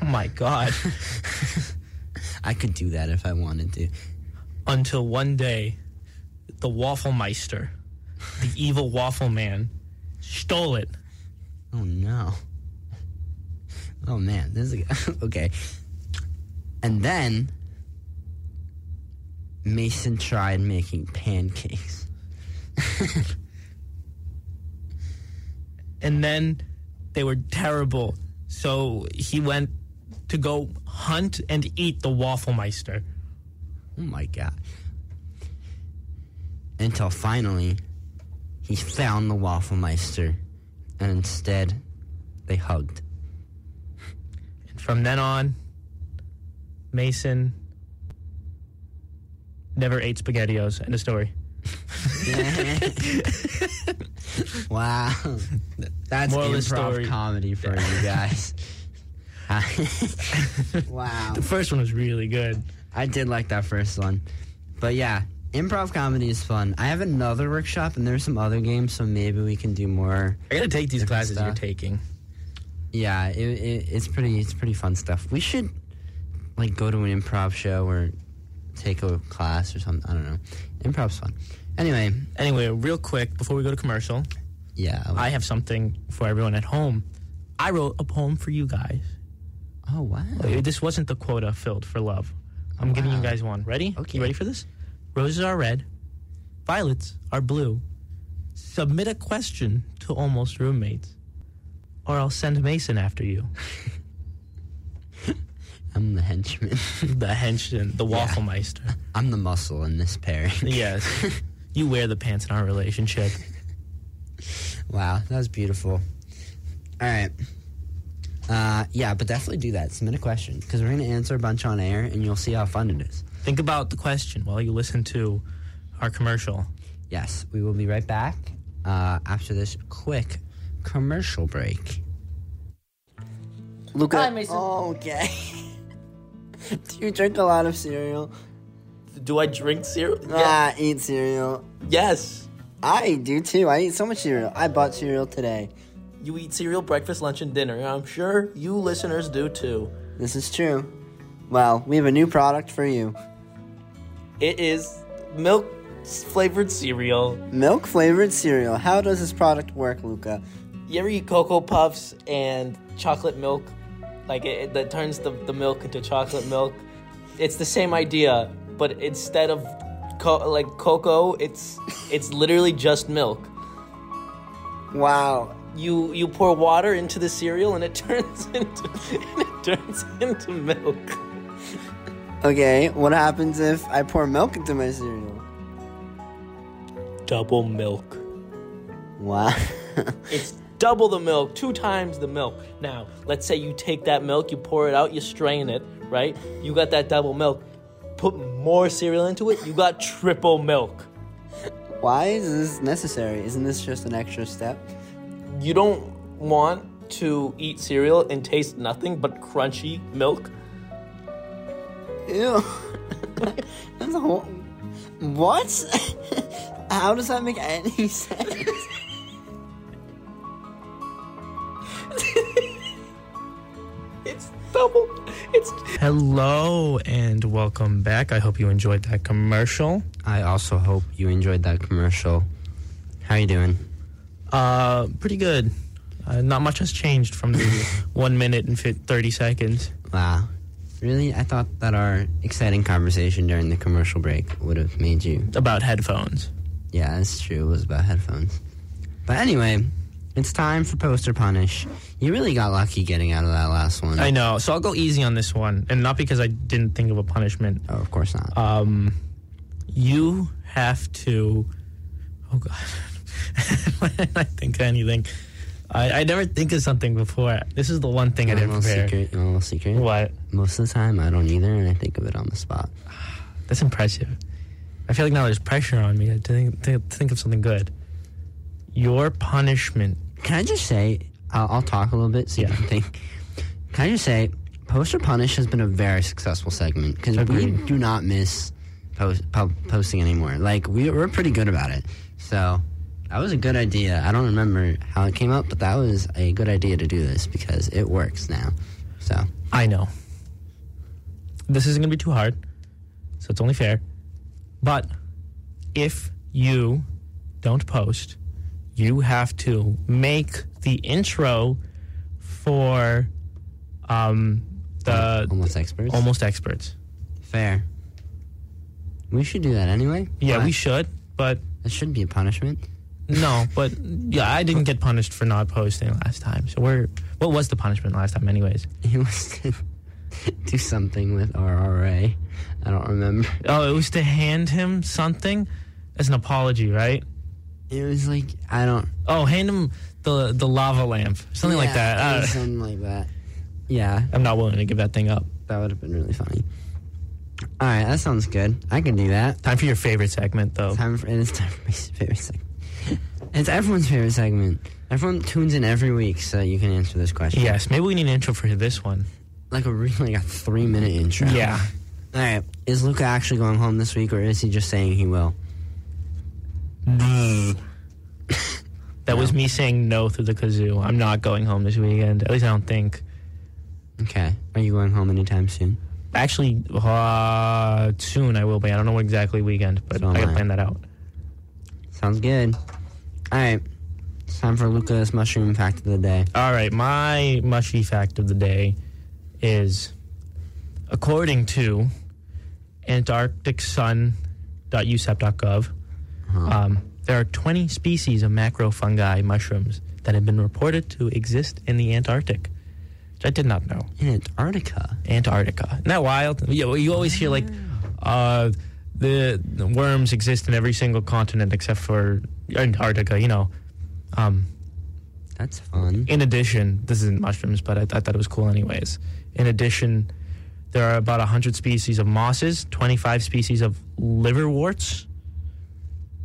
[SPEAKER 2] Oh my God.
[SPEAKER 7] i could do that if i wanted to
[SPEAKER 2] Until one day, the Wafflemeister, the evil waffle man, stole it.
[SPEAKER 7] oh no oh man this is okay and then mason tried making pancakes
[SPEAKER 2] And then they were terrible. So he went to go hunt and eat the Wafflemeister.
[SPEAKER 7] oh my god until finally he found the wafflemeister and instead they hugged
[SPEAKER 2] And from then on, Mason never ate SpaghettiOs. End of story.
[SPEAKER 7] Wow. That's
[SPEAKER 2] Moral of the
[SPEAKER 7] improv
[SPEAKER 2] story.
[SPEAKER 7] comedy for you guys. wow.
[SPEAKER 2] The first one was really good.
[SPEAKER 7] I did like that first one. But yeah, improv comedy is fun. I have another workshop and there's some other games, so maybe we can do more.
[SPEAKER 2] I gotta take these classes
[SPEAKER 7] stuff.
[SPEAKER 2] you're taking.
[SPEAKER 7] Yeah, it, it, it's pretty it's pretty fun stuff. We should like go to an improv show or take a class or something. I don't know. Improv's fun. Anyway,
[SPEAKER 2] Anyway, real quick before we go to commercial,
[SPEAKER 7] yeah.
[SPEAKER 2] I have something for everyone at home. I wrote a poem for you guys.
[SPEAKER 7] oh wow.
[SPEAKER 2] This wasn't the quota filled for love. I'm giving you
[SPEAKER 7] Wow.
[SPEAKER 2] guys one. Ready?
[SPEAKER 7] Okay.
[SPEAKER 2] You ready for this? Roses are red, violets are blue. Submit a question to almost roommates, or I'll send Mason after you.
[SPEAKER 7] I'm the henchman.
[SPEAKER 2] the henchman, the
[SPEAKER 7] Yeah.
[SPEAKER 2] wafflemeister.
[SPEAKER 7] I'm the muscle in this pairing.
[SPEAKER 2] yes. You wear the pants in our relationship.
[SPEAKER 7] Wow, that was beautiful. All right. Uh, yeah, but definitely do that. Submit a question because we're going to answer a bunch on air and you'll see how fun it is.
[SPEAKER 2] Think about the question while you listen to our commercial.
[SPEAKER 7] Yes, we will be right back uh, after this quick commercial break. Luca.
[SPEAKER 6] Hi, Mason.
[SPEAKER 7] okay. do you drink a lot of cereal?
[SPEAKER 8] Do I drink cereal?
[SPEAKER 7] Ah, eat cereal.
[SPEAKER 8] Yes.
[SPEAKER 7] I do too. I eat so much cereal. I bought cereal today.
[SPEAKER 8] You eat cereal, breakfast, lunch, and dinner. I'm sure you listeners do too.
[SPEAKER 7] This is true. Well, we have a new product for you.
[SPEAKER 8] It is milk flavored cereal.
[SPEAKER 7] Milk flavored cereal. How does this product work, Luca?
[SPEAKER 8] You ever eat Cocoa Puffs and chocolate milk? Like it, it- that turns the, the milk into chocolate milk. It's the same idea, but instead of co- like cocoa, it's it's literally just milk.
[SPEAKER 7] Wow.
[SPEAKER 8] You you pour water into the cereal and it turns into and it turns into milk.
[SPEAKER 7] Okay, what happens if I pour milk into my cereal?
[SPEAKER 8] Double milk.
[SPEAKER 7] Wow.
[SPEAKER 8] It's double the milk, two times the milk. Now, let's say you take that milk, you pour it out, you strain it, right? You got that double milk. Put more cereal into it, you got triple milk.
[SPEAKER 7] Why is this necessary? Isn't this just an extra step?
[SPEAKER 8] You don't want to eat cereal and taste nothing but crunchy milk.
[SPEAKER 7] Ew. That's a whole. What? How does that make any sense?
[SPEAKER 8] It's double. It's
[SPEAKER 2] Hello and welcome back. I hope you enjoyed that commercial.
[SPEAKER 7] I also hope you enjoyed that commercial. How you doing?
[SPEAKER 2] Uh, pretty good. Uh, not much has changed from the one minute and fit thirty seconds.
[SPEAKER 7] Wow. Really? I thought that our exciting conversation during the commercial break would have made you.
[SPEAKER 2] about headphones.
[SPEAKER 7] Yeah, that's true. It was about headphones. But anyway, it's time for poster punish. You really got lucky getting out of that last one.
[SPEAKER 2] I know. So I'll go easy on this one, and not because I didn't think of a punishment.
[SPEAKER 7] Oh, of course not.
[SPEAKER 2] Um, you have to. Oh God, Why didn't I think of anything. I, I never think of something before. This is the one thing I
[SPEAKER 7] You
[SPEAKER 2] didn't
[SPEAKER 7] want a little
[SPEAKER 2] prepare.
[SPEAKER 7] secret. You want a little secret.
[SPEAKER 2] What?
[SPEAKER 7] Most of the time, I don't either, and I think of it on the spot.
[SPEAKER 2] That's impressive. I feel like now there's pressure on me to think, to think of something good. Your punishment.
[SPEAKER 7] Can I just say, I'll, I'll talk a little bit so you
[SPEAKER 2] Yeah.
[SPEAKER 7] can think. Can I just say, Poster Punish has been a very successful segment because we
[SPEAKER 2] Agreed.
[SPEAKER 7] do not miss post, pub, posting anymore. Like, we, we're pretty good about it. So, that was a good idea. I don't remember how it came up, but that was a good idea to do this because it works now. So,
[SPEAKER 2] I know. This isn't going to be too hard, so it's only fair. But if you don't post, you have to make the intro for um, the
[SPEAKER 7] almost experts.
[SPEAKER 2] almost experts.
[SPEAKER 7] Fair. We should do that anyway.
[SPEAKER 2] Yeah,
[SPEAKER 7] Why?
[SPEAKER 2] we should, but
[SPEAKER 7] That should be a punishment.
[SPEAKER 2] No, but yeah, I didn't get punished for not posting last time. So we're what was the punishment last time, anyways?
[SPEAKER 7] He was to do something with RRA. I don't remember.
[SPEAKER 2] Oh, it was to hand him something as an apology, right?
[SPEAKER 7] It was like I don't
[SPEAKER 2] Oh, hand him the the lava lamp, something like
[SPEAKER 7] Yeah,
[SPEAKER 2] that.
[SPEAKER 7] it
[SPEAKER 2] Uh,
[SPEAKER 7] was
[SPEAKER 2] I don't-
[SPEAKER 7] something like that. Yeah,
[SPEAKER 2] I'm not willing to give that thing up.
[SPEAKER 7] that would have been really funny. All right, that sounds good. I can do that.
[SPEAKER 2] Time for your favorite segment, though.
[SPEAKER 7] Time for and it's time for my favorite segment. It's everyone's favorite segment. Everyone tunes in every week, so you can answer this question.
[SPEAKER 2] Yes, maybe we need an intro for this one.
[SPEAKER 7] like a re- like a three minute intro.
[SPEAKER 2] Yeah,
[SPEAKER 7] All right, is Luca actually going home this week, or is he just saying he will?
[SPEAKER 2] that was me saying no through the kazoo. I'm not going home this weekend. At least I don't think.
[SPEAKER 7] Okay. Are you going home anytime soon?
[SPEAKER 2] Actually, uh, soon I will be. I don't know what exactly weekend, but
[SPEAKER 7] So am
[SPEAKER 2] I can
[SPEAKER 7] I.
[SPEAKER 2] plan that out.
[SPEAKER 7] Sounds good. All right. It's time for Luca's mushroom fact of the day.
[SPEAKER 2] All right, my mushy fact of the day is according to antarcticsun.usep.gov, um, there are 20 species of macrofungi mushrooms that have been reported to exist in the Antarctic, which I did not know.
[SPEAKER 7] In Antarctica.
[SPEAKER 2] Antarctica. Isn't that wild? Yeah, well, you always hear like uh, the, the worms exist in every single continent except for Antarctica, you know. Um,
[SPEAKER 7] That's fun.
[SPEAKER 2] in addition, this isn't mushrooms, but I, I thought it was cool anyways. In addition, there are about 100 species of mosses, 25 species of liverworts,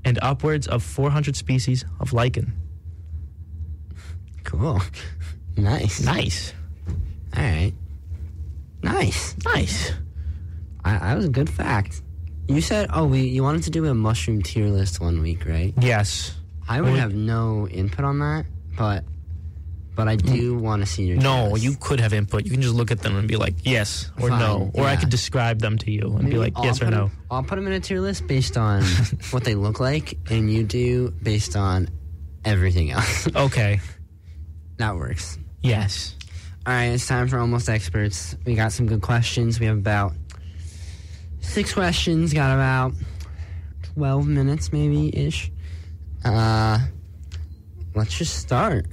[SPEAKER 2] and upwards of 400 species of lichen.
[SPEAKER 7] Cool. nice.
[SPEAKER 2] Nice.
[SPEAKER 7] All right. Nice.
[SPEAKER 2] Nice.
[SPEAKER 7] I, I was a good fact. You said, oh, we you wanted to do a mushroom tier list one week, right?
[SPEAKER 2] Yes.
[SPEAKER 7] I would
[SPEAKER 2] We-
[SPEAKER 7] have no input on that, but but I do want to see your. tier
[SPEAKER 2] Mm. No,
[SPEAKER 7] list.
[SPEAKER 2] you could have input. You can just look at them and be like, yes or
[SPEAKER 7] Fine,
[SPEAKER 2] no. Or I
[SPEAKER 7] yeah.
[SPEAKER 2] could describe them to you and
[SPEAKER 7] Maybe
[SPEAKER 2] be like,
[SPEAKER 7] I'll
[SPEAKER 2] yes or
[SPEAKER 7] put 'em-
[SPEAKER 2] no.
[SPEAKER 7] I'll put them in a tier list based on what they look like, and you do based on everything else.
[SPEAKER 2] Okay.
[SPEAKER 7] that works.
[SPEAKER 2] Yes.
[SPEAKER 7] All right, it's time for Almost Experts. We got some good questions. We have about six questions, got about 12 minutes maybe ish. Uh, let's just start.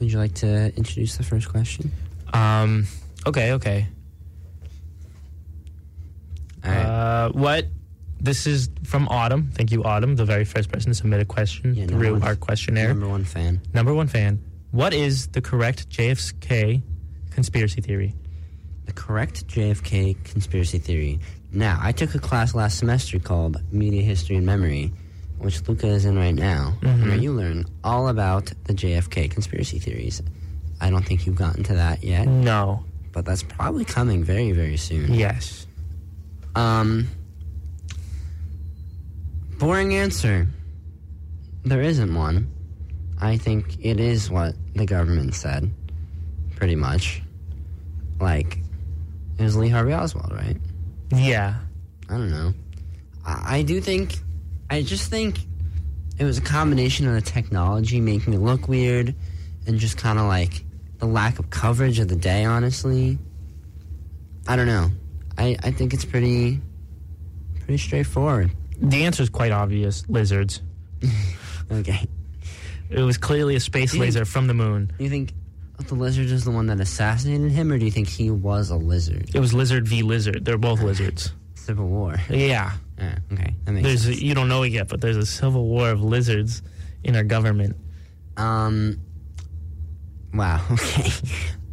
[SPEAKER 7] Would you like to introduce the first question?
[SPEAKER 2] Um, okay, okay.
[SPEAKER 7] All right.
[SPEAKER 2] Uh, what? This is from Autumn. Thank you, Autumn, the very first person to submit a question
[SPEAKER 7] Yeah, number
[SPEAKER 2] through
[SPEAKER 7] one-
[SPEAKER 2] our questionnaire.
[SPEAKER 7] Number one fan.
[SPEAKER 2] Number one fan. What is the correct JFK conspiracy theory?
[SPEAKER 7] The correct JFK conspiracy theory. Now, I took a class last semester called Media History and Memory, which Luca is in right now, where you learn all about the JFK conspiracy theories. I don't think you've gotten to that yet,
[SPEAKER 2] Mm. No.
[SPEAKER 7] but that's probably coming very, very soon.
[SPEAKER 2] Yes.
[SPEAKER 7] Um, boring answer. There isn't one. I think it is what the government said, pretty much. Like, it was Lee Harvey Oswald, right?
[SPEAKER 2] Yeah.
[SPEAKER 7] I don't know. I, I do think, I just think it was a combination of the technology making it look weird and just kind of like the lack of coverage of the day, honestly. I don't know. I, I think it's pretty, pretty straightforward.
[SPEAKER 2] The answer is quite obvious lizards.
[SPEAKER 7] Okay.
[SPEAKER 2] It was clearly a space
[SPEAKER 7] Dude.
[SPEAKER 2] laser from the moon.
[SPEAKER 7] Do you think the lizard is the one that assassinated him, or do you think he was a lizard?
[SPEAKER 2] It was lizard v lizard. They're both lizards.
[SPEAKER 7] Civil War.
[SPEAKER 2] Yeah.
[SPEAKER 7] Ah, okay, that makes
[SPEAKER 2] There's
[SPEAKER 7] sense.
[SPEAKER 2] a, you don't know it yet, but there's a civil war of lizards in our government.
[SPEAKER 7] Um. Wow. Okay.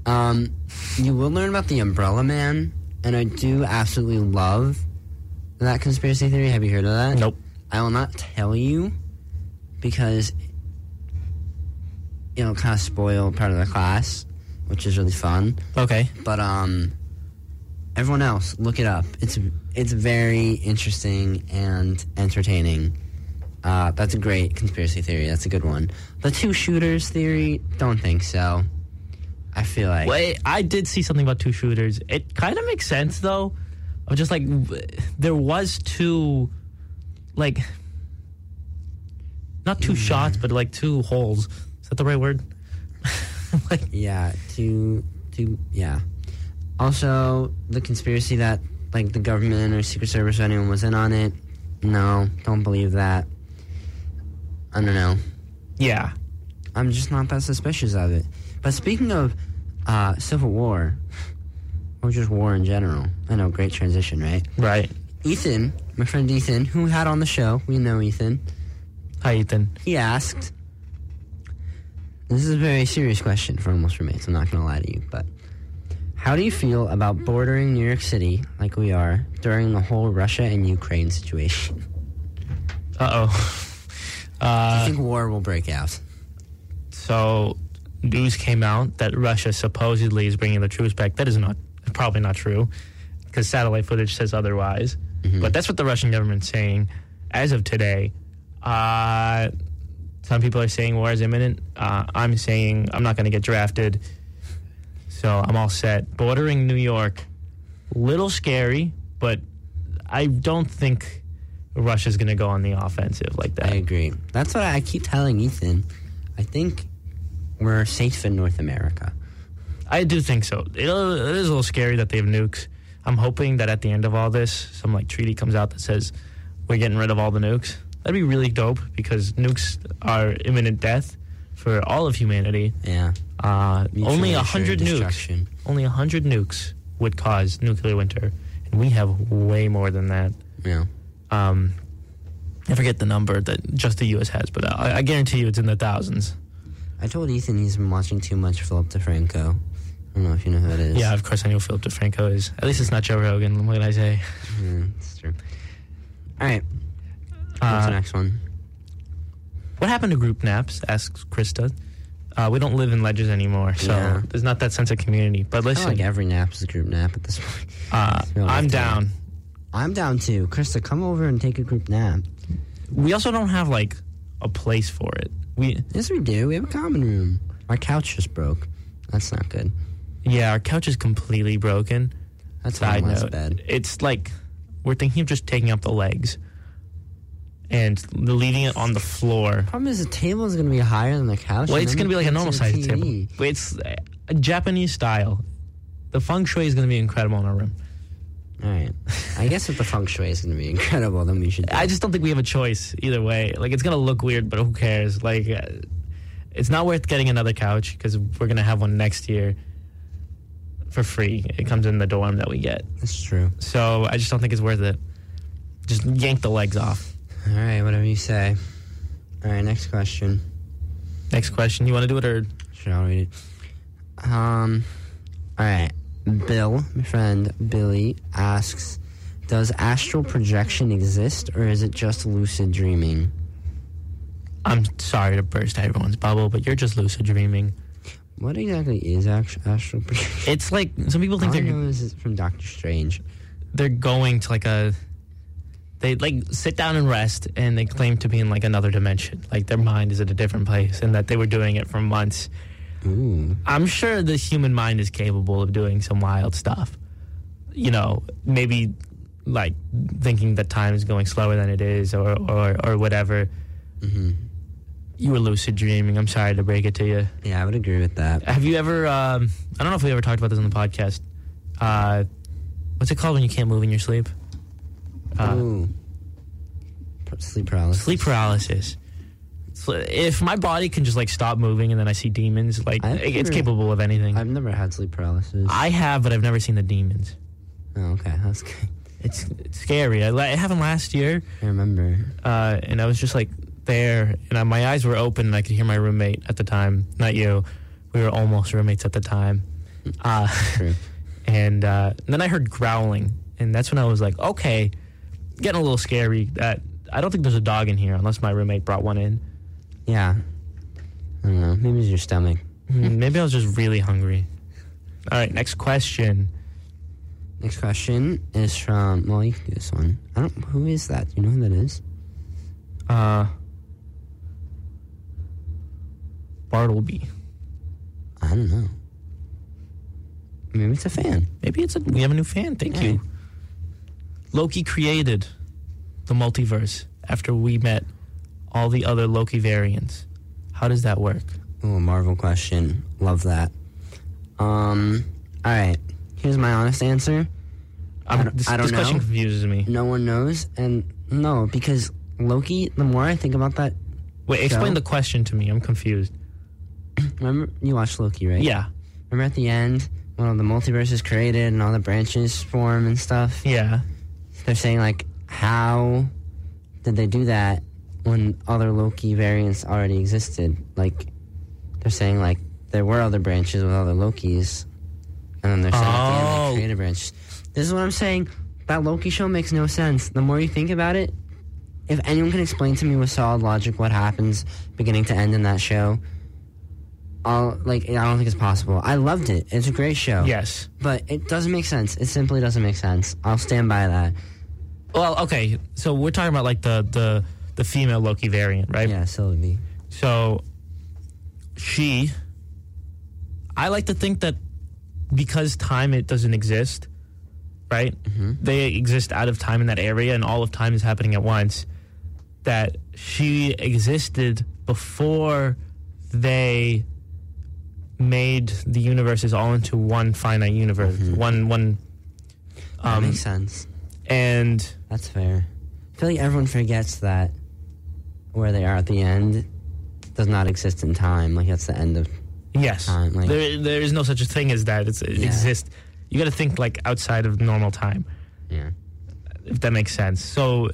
[SPEAKER 7] Um, you will learn about the Umbrella Man, and I do absolutely love that conspiracy theory. Have you heard of that?
[SPEAKER 2] Nope.
[SPEAKER 7] I will not tell you because it'll kind of spoil part of the class, which is really fun.
[SPEAKER 2] Okay.
[SPEAKER 7] But um, everyone else, look it up. It's it's very interesting and entertaining. Uh, that's a great conspiracy theory. That's a good one. The two shooters theory, don't think so. I feel like
[SPEAKER 2] Wait, I did see something about two shooters. It kind of makes sense though. I'm just like w- there was two, like, not two shots, but like two holes. Is that the right word? like,
[SPEAKER 7] yeah, two two yeah. Also, the conspiracy that like the government or secret service or anyone was in on it. No, don't believe that. I don't know.
[SPEAKER 2] yeah.
[SPEAKER 7] I'm just not that suspicious of it. But speaking of uh, Civil War, or just war in general, I know, great transition, right?
[SPEAKER 2] Right.
[SPEAKER 7] Ethan, my friend Ethan, who we had on the show, we know Ethan,
[SPEAKER 2] Hi, Ethan.
[SPEAKER 7] he asked, This is a very serious question for almost roommates, I'm not going to lie to you, but how do you feel about bordering New York City, like we are, during the whole Russia and Ukraine situation?
[SPEAKER 2] Uh oh.
[SPEAKER 7] I think war will break out.
[SPEAKER 2] So, news came out that Russia supposedly is bringing the troops back. That is not probably not true because satellite footage says otherwise.
[SPEAKER 7] Mm-hmm.
[SPEAKER 2] But that's what the Russian government's saying as of today. Uh, some people are saying war is imminent. Uh, I'm saying I'm not going to get drafted, so I'm all set. Bordering New York, little scary, but I don't think Russia's going to go on the offensive like that.
[SPEAKER 7] I agree. That's what I keep telling Ethan. I think we're safe in North America.
[SPEAKER 2] I do think so. It, it is a little scary that they have nukes. I'm hoping that at the end of all this, some like treaty comes out that says we're getting rid of all the nukes. That'd be really dope because nukes are imminent death for all of humanity.
[SPEAKER 7] Yeah.
[SPEAKER 2] Uh,
[SPEAKER 7] Mutually
[SPEAKER 2] only a
[SPEAKER 7] assured
[SPEAKER 2] hundred nukes.
[SPEAKER 7] destruction.
[SPEAKER 2] Only a hundred nukes would cause nuclear winter, and we have way more than that.
[SPEAKER 7] Yeah.
[SPEAKER 2] Um, I forget the number that just the U.S. has, but I, I guarantee you it's in the thousands.
[SPEAKER 7] I told Ethan he's been watching too much Philip DeFranco. I don't know if you know who it is.
[SPEAKER 2] Yeah, of course I know Philip DeFranco is. At least it's not Joe Rogan. What can I say?
[SPEAKER 7] Mm, that's true. All right. What's the
[SPEAKER 2] Uh,
[SPEAKER 7] next one?
[SPEAKER 2] What happened to group naps? Asks Krista. Uh, we don't live in ledges anymore, so
[SPEAKER 7] Yeah.
[SPEAKER 2] there's not that sense of community. But
[SPEAKER 7] I feel like
[SPEAKER 2] listen,
[SPEAKER 7] every nap is a group nap at this point.
[SPEAKER 2] uh,
[SPEAKER 7] No,
[SPEAKER 2] I'm
[SPEAKER 7] it's not.
[SPEAKER 2] down.
[SPEAKER 7] I'm down too. Krista, come over and take a group nap.
[SPEAKER 2] We also don't have like a place for it. We
[SPEAKER 7] Yes, we do. We have a common room. Our couch just broke. That's not good.
[SPEAKER 2] yeah, our couch is completely broken.
[SPEAKER 7] That's why
[SPEAKER 2] Side
[SPEAKER 7] I'm
[SPEAKER 2] note,
[SPEAKER 7] bed.
[SPEAKER 2] it's like we're thinking of just taking up the legs and leaving it on the floor.
[SPEAKER 7] Problem is, the table is going to be higher than the couch.
[SPEAKER 2] Well,
[SPEAKER 7] and
[SPEAKER 2] it's
[SPEAKER 7] then
[SPEAKER 2] going to be like a
[SPEAKER 7] we
[SPEAKER 2] normal
[SPEAKER 7] can't see
[SPEAKER 2] sized
[SPEAKER 7] the
[SPEAKER 2] table.
[SPEAKER 7] TV.
[SPEAKER 2] But It's uh, Japanese style. The feng shui is going to be incredible in our room.
[SPEAKER 7] All right. I guess if the feng shui is going to be incredible, then we should. do
[SPEAKER 2] I
[SPEAKER 7] it.
[SPEAKER 2] just don't think we have a choice either way. Like it's gonna look weird, but who cares? Like uh, it's not worth getting another couch because we're gonna have one next year for free. It comes in the dorm that we get,
[SPEAKER 7] That's true.
[SPEAKER 2] so I just don't think it's worth it. Just yank the legs off.
[SPEAKER 7] All right, whatever you say. All right, next question.
[SPEAKER 2] Next question. You want to do it or
[SPEAKER 7] Sure, I'll read it. Um, all right. Bill, my friend Billy, asks Does astral projection exist or is it just lucid dreaming?
[SPEAKER 2] I'm sorry to burst everyone's bubble, but you're just lucid dreaming.
[SPEAKER 7] What exactly is act- astral projection?
[SPEAKER 2] It's like some people think
[SPEAKER 7] I
[SPEAKER 2] they're
[SPEAKER 7] know this is from Doctor Strange.
[SPEAKER 2] they're going to like a they like sit down and rest and they claim to be in like another dimension. Like their mind is at a different place and that they were doing it for months.
[SPEAKER 7] Ooh.
[SPEAKER 2] I'm sure the human mind is capable of doing some wild stuff. You know, maybe like thinking that time is going slower than it is or or, or whatever. You were lucid dreaming. I'm sorry to break it to you.
[SPEAKER 7] Yeah, I would agree with that.
[SPEAKER 2] Have you ever? Um, I don't know if we ever talked about this on the podcast. Uh, what's it called when you can't move in your sleep? Uh,
[SPEAKER 7] Ooh. P- Sleep paralysis.
[SPEAKER 2] sleep paralysis. So If my body can just like stop moving and then I see demons, like
[SPEAKER 7] I've
[SPEAKER 2] it- it's
[SPEAKER 7] never-
[SPEAKER 2] capable of anything.
[SPEAKER 7] I've never had sleep paralysis.
[SPEAKER 2] I have, but I've never seen the demons.
[SPEAKER 7] oh, okay. That's good.
[SPEAKER 2] It's, it's scary. I, it happened last year,
[SPEAKER 7] I remember.
[SPEAKER 2] uh, and I was just like there, and I, my eyes were open, and I could hear my roommate at the time. Not you. We were almost roommates at the time. Uh,
[SPEAKER 7] True.
[SPEAKER 2] and, uh, and then I heard growling, and that's when I was like, okay, getting a little scary. That I don't think there's a dog in here unless my roommate brought one in.
[SPEAKER 7] Yeah. I don't know. Maybe it's your stomach.
[SPEAKER 2] Hmm, Maybe I was just really hungry. All right, next question.
[SPEAKER 7] Next question is from. Well, you can do this one. I don't. Who is that? Do you know who that is?
[SPEAKER 2] Uh, Bartleby.
[SPEAKER 7] I don't know. Maybe it's a fan.
[SPEAKER 2] Maybe it's a we have a new fan. Thank
[SPEAKER 7] Yeah.
[SPEAKER 2] you. Loki created the multiverse after we met all the other Loki variants. How does that work?
[SPEAKER 7] Oh, a Marvel question. Love that. Um. All right. Here's my honest answer.
[SPEAKER 2] I'm,
[SPEAKER 7] don't-
[SPEAKER 2] this,
[SPEAKER 7] I don't
[SPEAKER 2] this question
[SPEAKER 7] know.
[SPEAKER 2] confuses me.
[SPEAKER 7] No one knows, and no, because Loki. The more I think about that,
[SPEAKER 2] Wait, explain
[SPEAKER 7] Joe?
[SPEAKER 2] the question to me. I'm confused.
[SPEAKER 7] remember you watched Loki, right?
[SPEAKER 2] Yeah,
[SPEAKER 7] Remember at the end when all the multiverse is created and all the branches form and stuff.
[SPEAKER 2] yeah.
[SPEAKER 7] They're saying like, how did they do that when other Loki variants already existed? Like, they're saying like there were other branches with other Lokis, and then they're saying at the end
[SPEAKER 2] Oh.
[SPEAKER 7] they created branches. This is what I'm saying. That Loki show makes no sense. The more you think about it, if anyone can explain to me with solid logic what happens beginning to end in that show, I'll like I don't think it's possible. I loved it. It's a great show.
[SPEAKER 2] Yes.
[SPEAKER 7] But it doesn't make sense. It simply doesn't make sense. I'll stand by that.
[SPEAKER 2] Well, okay. So we're talking about like the the the female Loki variant, right?
[SPEAKER 7] Yeah, silly me.
[SPEAKER 2] So she I like to think that because time it doesn't exist, right?
[SPEAKER 7] Mm-hmm.
[SPEAKER 2] They exist out of time in that area and all of time is happening at once that she existed before they made the universes all into one finite universe, one one
[SPEAKER 7] Mm-hmm. That
[SPEAKER 2] um
[SPEAKER 7] makes sense.
[SPEAKER 2] and
[SPEAKER 7] That's fair. I feel like everyone forgets that where they are at the end does not exist in time. Like that's the end of
[SPEAKER 2] Yes,
[SPEAKER 7] time, like-
[SPEAKER 2] there there is no such a thing as that. It's, it
[SPEAKER 7] Yeah.
[SPEAKER 2] exists. You got to think like outside of normal time,
[SPEAKER 7] yeah.
[SPEAKER 2] if that makes sense. So,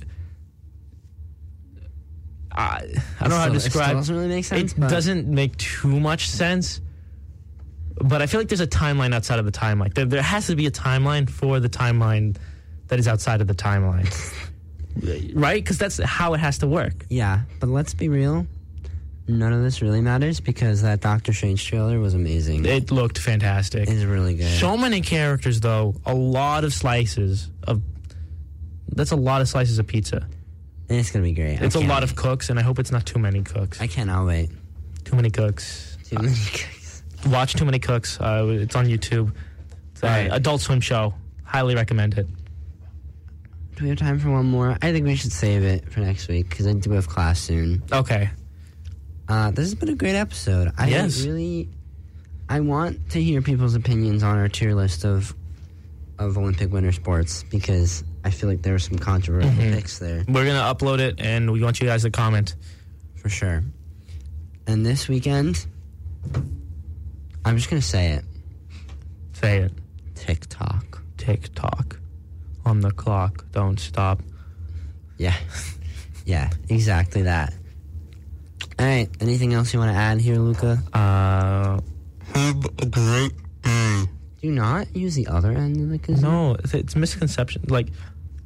[SPEAKER 2] I I don't know how to
[SPEAKER 7] It still- It still
[SPEAKER 2] describe.
[SPEAKER 7] doesn't really make sense.
[SPEAKER 2] It
[SPEAKER 7] but
[SPEAKER 2] doesn't make too much sense, but I feel like there's a timeline outside of the timeline. There, there has to be a timeline for the timeline that is outside of the timeline, right? Because that's how it has to work.
[SPEAKER 7] Yeah, but let's be real. None of this really matters because that Doctor Strange trailer was amazing.
[SPEAKER 2] It looked fantastic.
[SPEAKER 7] it's really good.
[SPEAKER 2] So many characters, though. A lot of slices of. That's a lot of slices of pizza.
[SPEAKER 7] And it's gonna be great. I
[SPEAKER 2] It's a
[SPEAKER 7] can't
[SPEAKER 2] lot
[SPEAKER 7] wait.
[SPEAKER 2] of cooks, and I hope it's not too many cooks.
[SPEAKER 7] I cannot wait.
[SPEAKER 2] too many cooks.
[SPEAKER 7] Too many cookies.
[SPEAKER 2] Watch too many cooks. Uh, it's on YouTube. It's uh,
[SPEAKER 7] Alright.
[SPEAKER 2] Adult Swim show. Highly recommend it.
[SPEAKER 7] Do we have time for one more? I think we should save it for next week because I do have class soon.
[SPEAKER 2] Okay.
[SPEAKER 7] Uh, this has been a great episode. I
[SPEAKER 2] Yes.
[SPEAKER 7] really, I want to hear people's opinions on our tier list of of Olympic winter sports because I feel like there were some controversial
[SPEAKER 2] Mm-hmm.
[SPEAKER 7] picks there
[SPEAKER 2] We're gonna upload it, and we want you guys to comment.
[SPEAKER 7] for sure. And this weekend, I'm just gonna say it:
[SPEAKER 2] Say it.
[SPEAKER 7] TikTok.
[SPEAKER 2] Tick tock, on the clock. Don't stop.
[SPEAKER 7] Yeah, yeah, exactly that. All right. Anything else you want to add here, Luca?
[SPEAKER 2] Uh,
[SPEAKER 7] Do not use the other end of the kazoo.
[SPEAKER 2] no, it's- it's misconception. Like,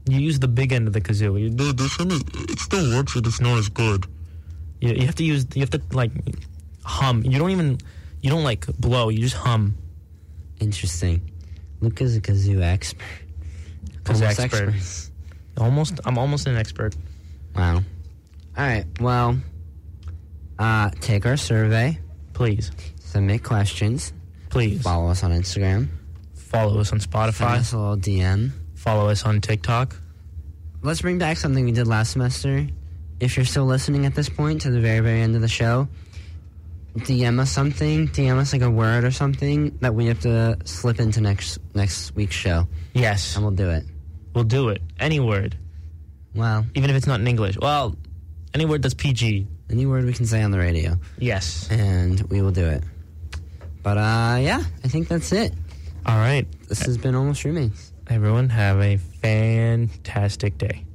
[SPEAKER 2] you use the big end of the kazoo. You,
[SPEAKER 9] Dude, this one is, it still works, but it's not as good.
[SPEAKER 2] you, you have to use. You have to like hum. You don't even. You don't like blow. You just hum.
[SPEAKER 7] Interesting. Luca's a kazoo expert.
[SPEAKER 2] Kazoo
[SPEAKER 7] Almost
[SPEAKER 2] expert.
[SPEAKER 7] experts.
[SPEAKER 2] Almost. I'm almost an expert.
[SPEAKER 7] Wow. All right. Well, uh, take our survey,
[SPEAKER 2] Please,
[SPEAKER 7] submit questions,
[SPEAKER 2] please
[SPEAKER 7] follow us on Instagram,
[SPEAKER 2] follow us on
[SPEAKER 7] send
[SPEAKER 2] Spotify.
[SPEAKER 7] us a little DM.
[SPEAKER 2] Follow us on TikTok.
[SPEAKER 7] Let's bring back something we did last semester. If you're still listening at this point to the very, very end of the show, DM us something. DM us like a word or something that we have to slip into next next week's show,
[SPEAKER 2] Yes,
[SPEAKER 7] and we'll do it.
[SPEAKER 2] we'll do it. Any word,
[SPEAKER 7] Well,
[SPEAKER 2] even if it's not in English. Well, any word that's PG.
[SPEAKER 7] any word we can say on the radio.
[SPEAKER 2] Yes.
[SPEAKER 7] and we will do it. But uh, yeah, I think that's it.
[SPEAKER 2] All right.
[SPEAKER 7] This has been almost roommates.
[SPEAKER 2] Everyone have a fantastic day.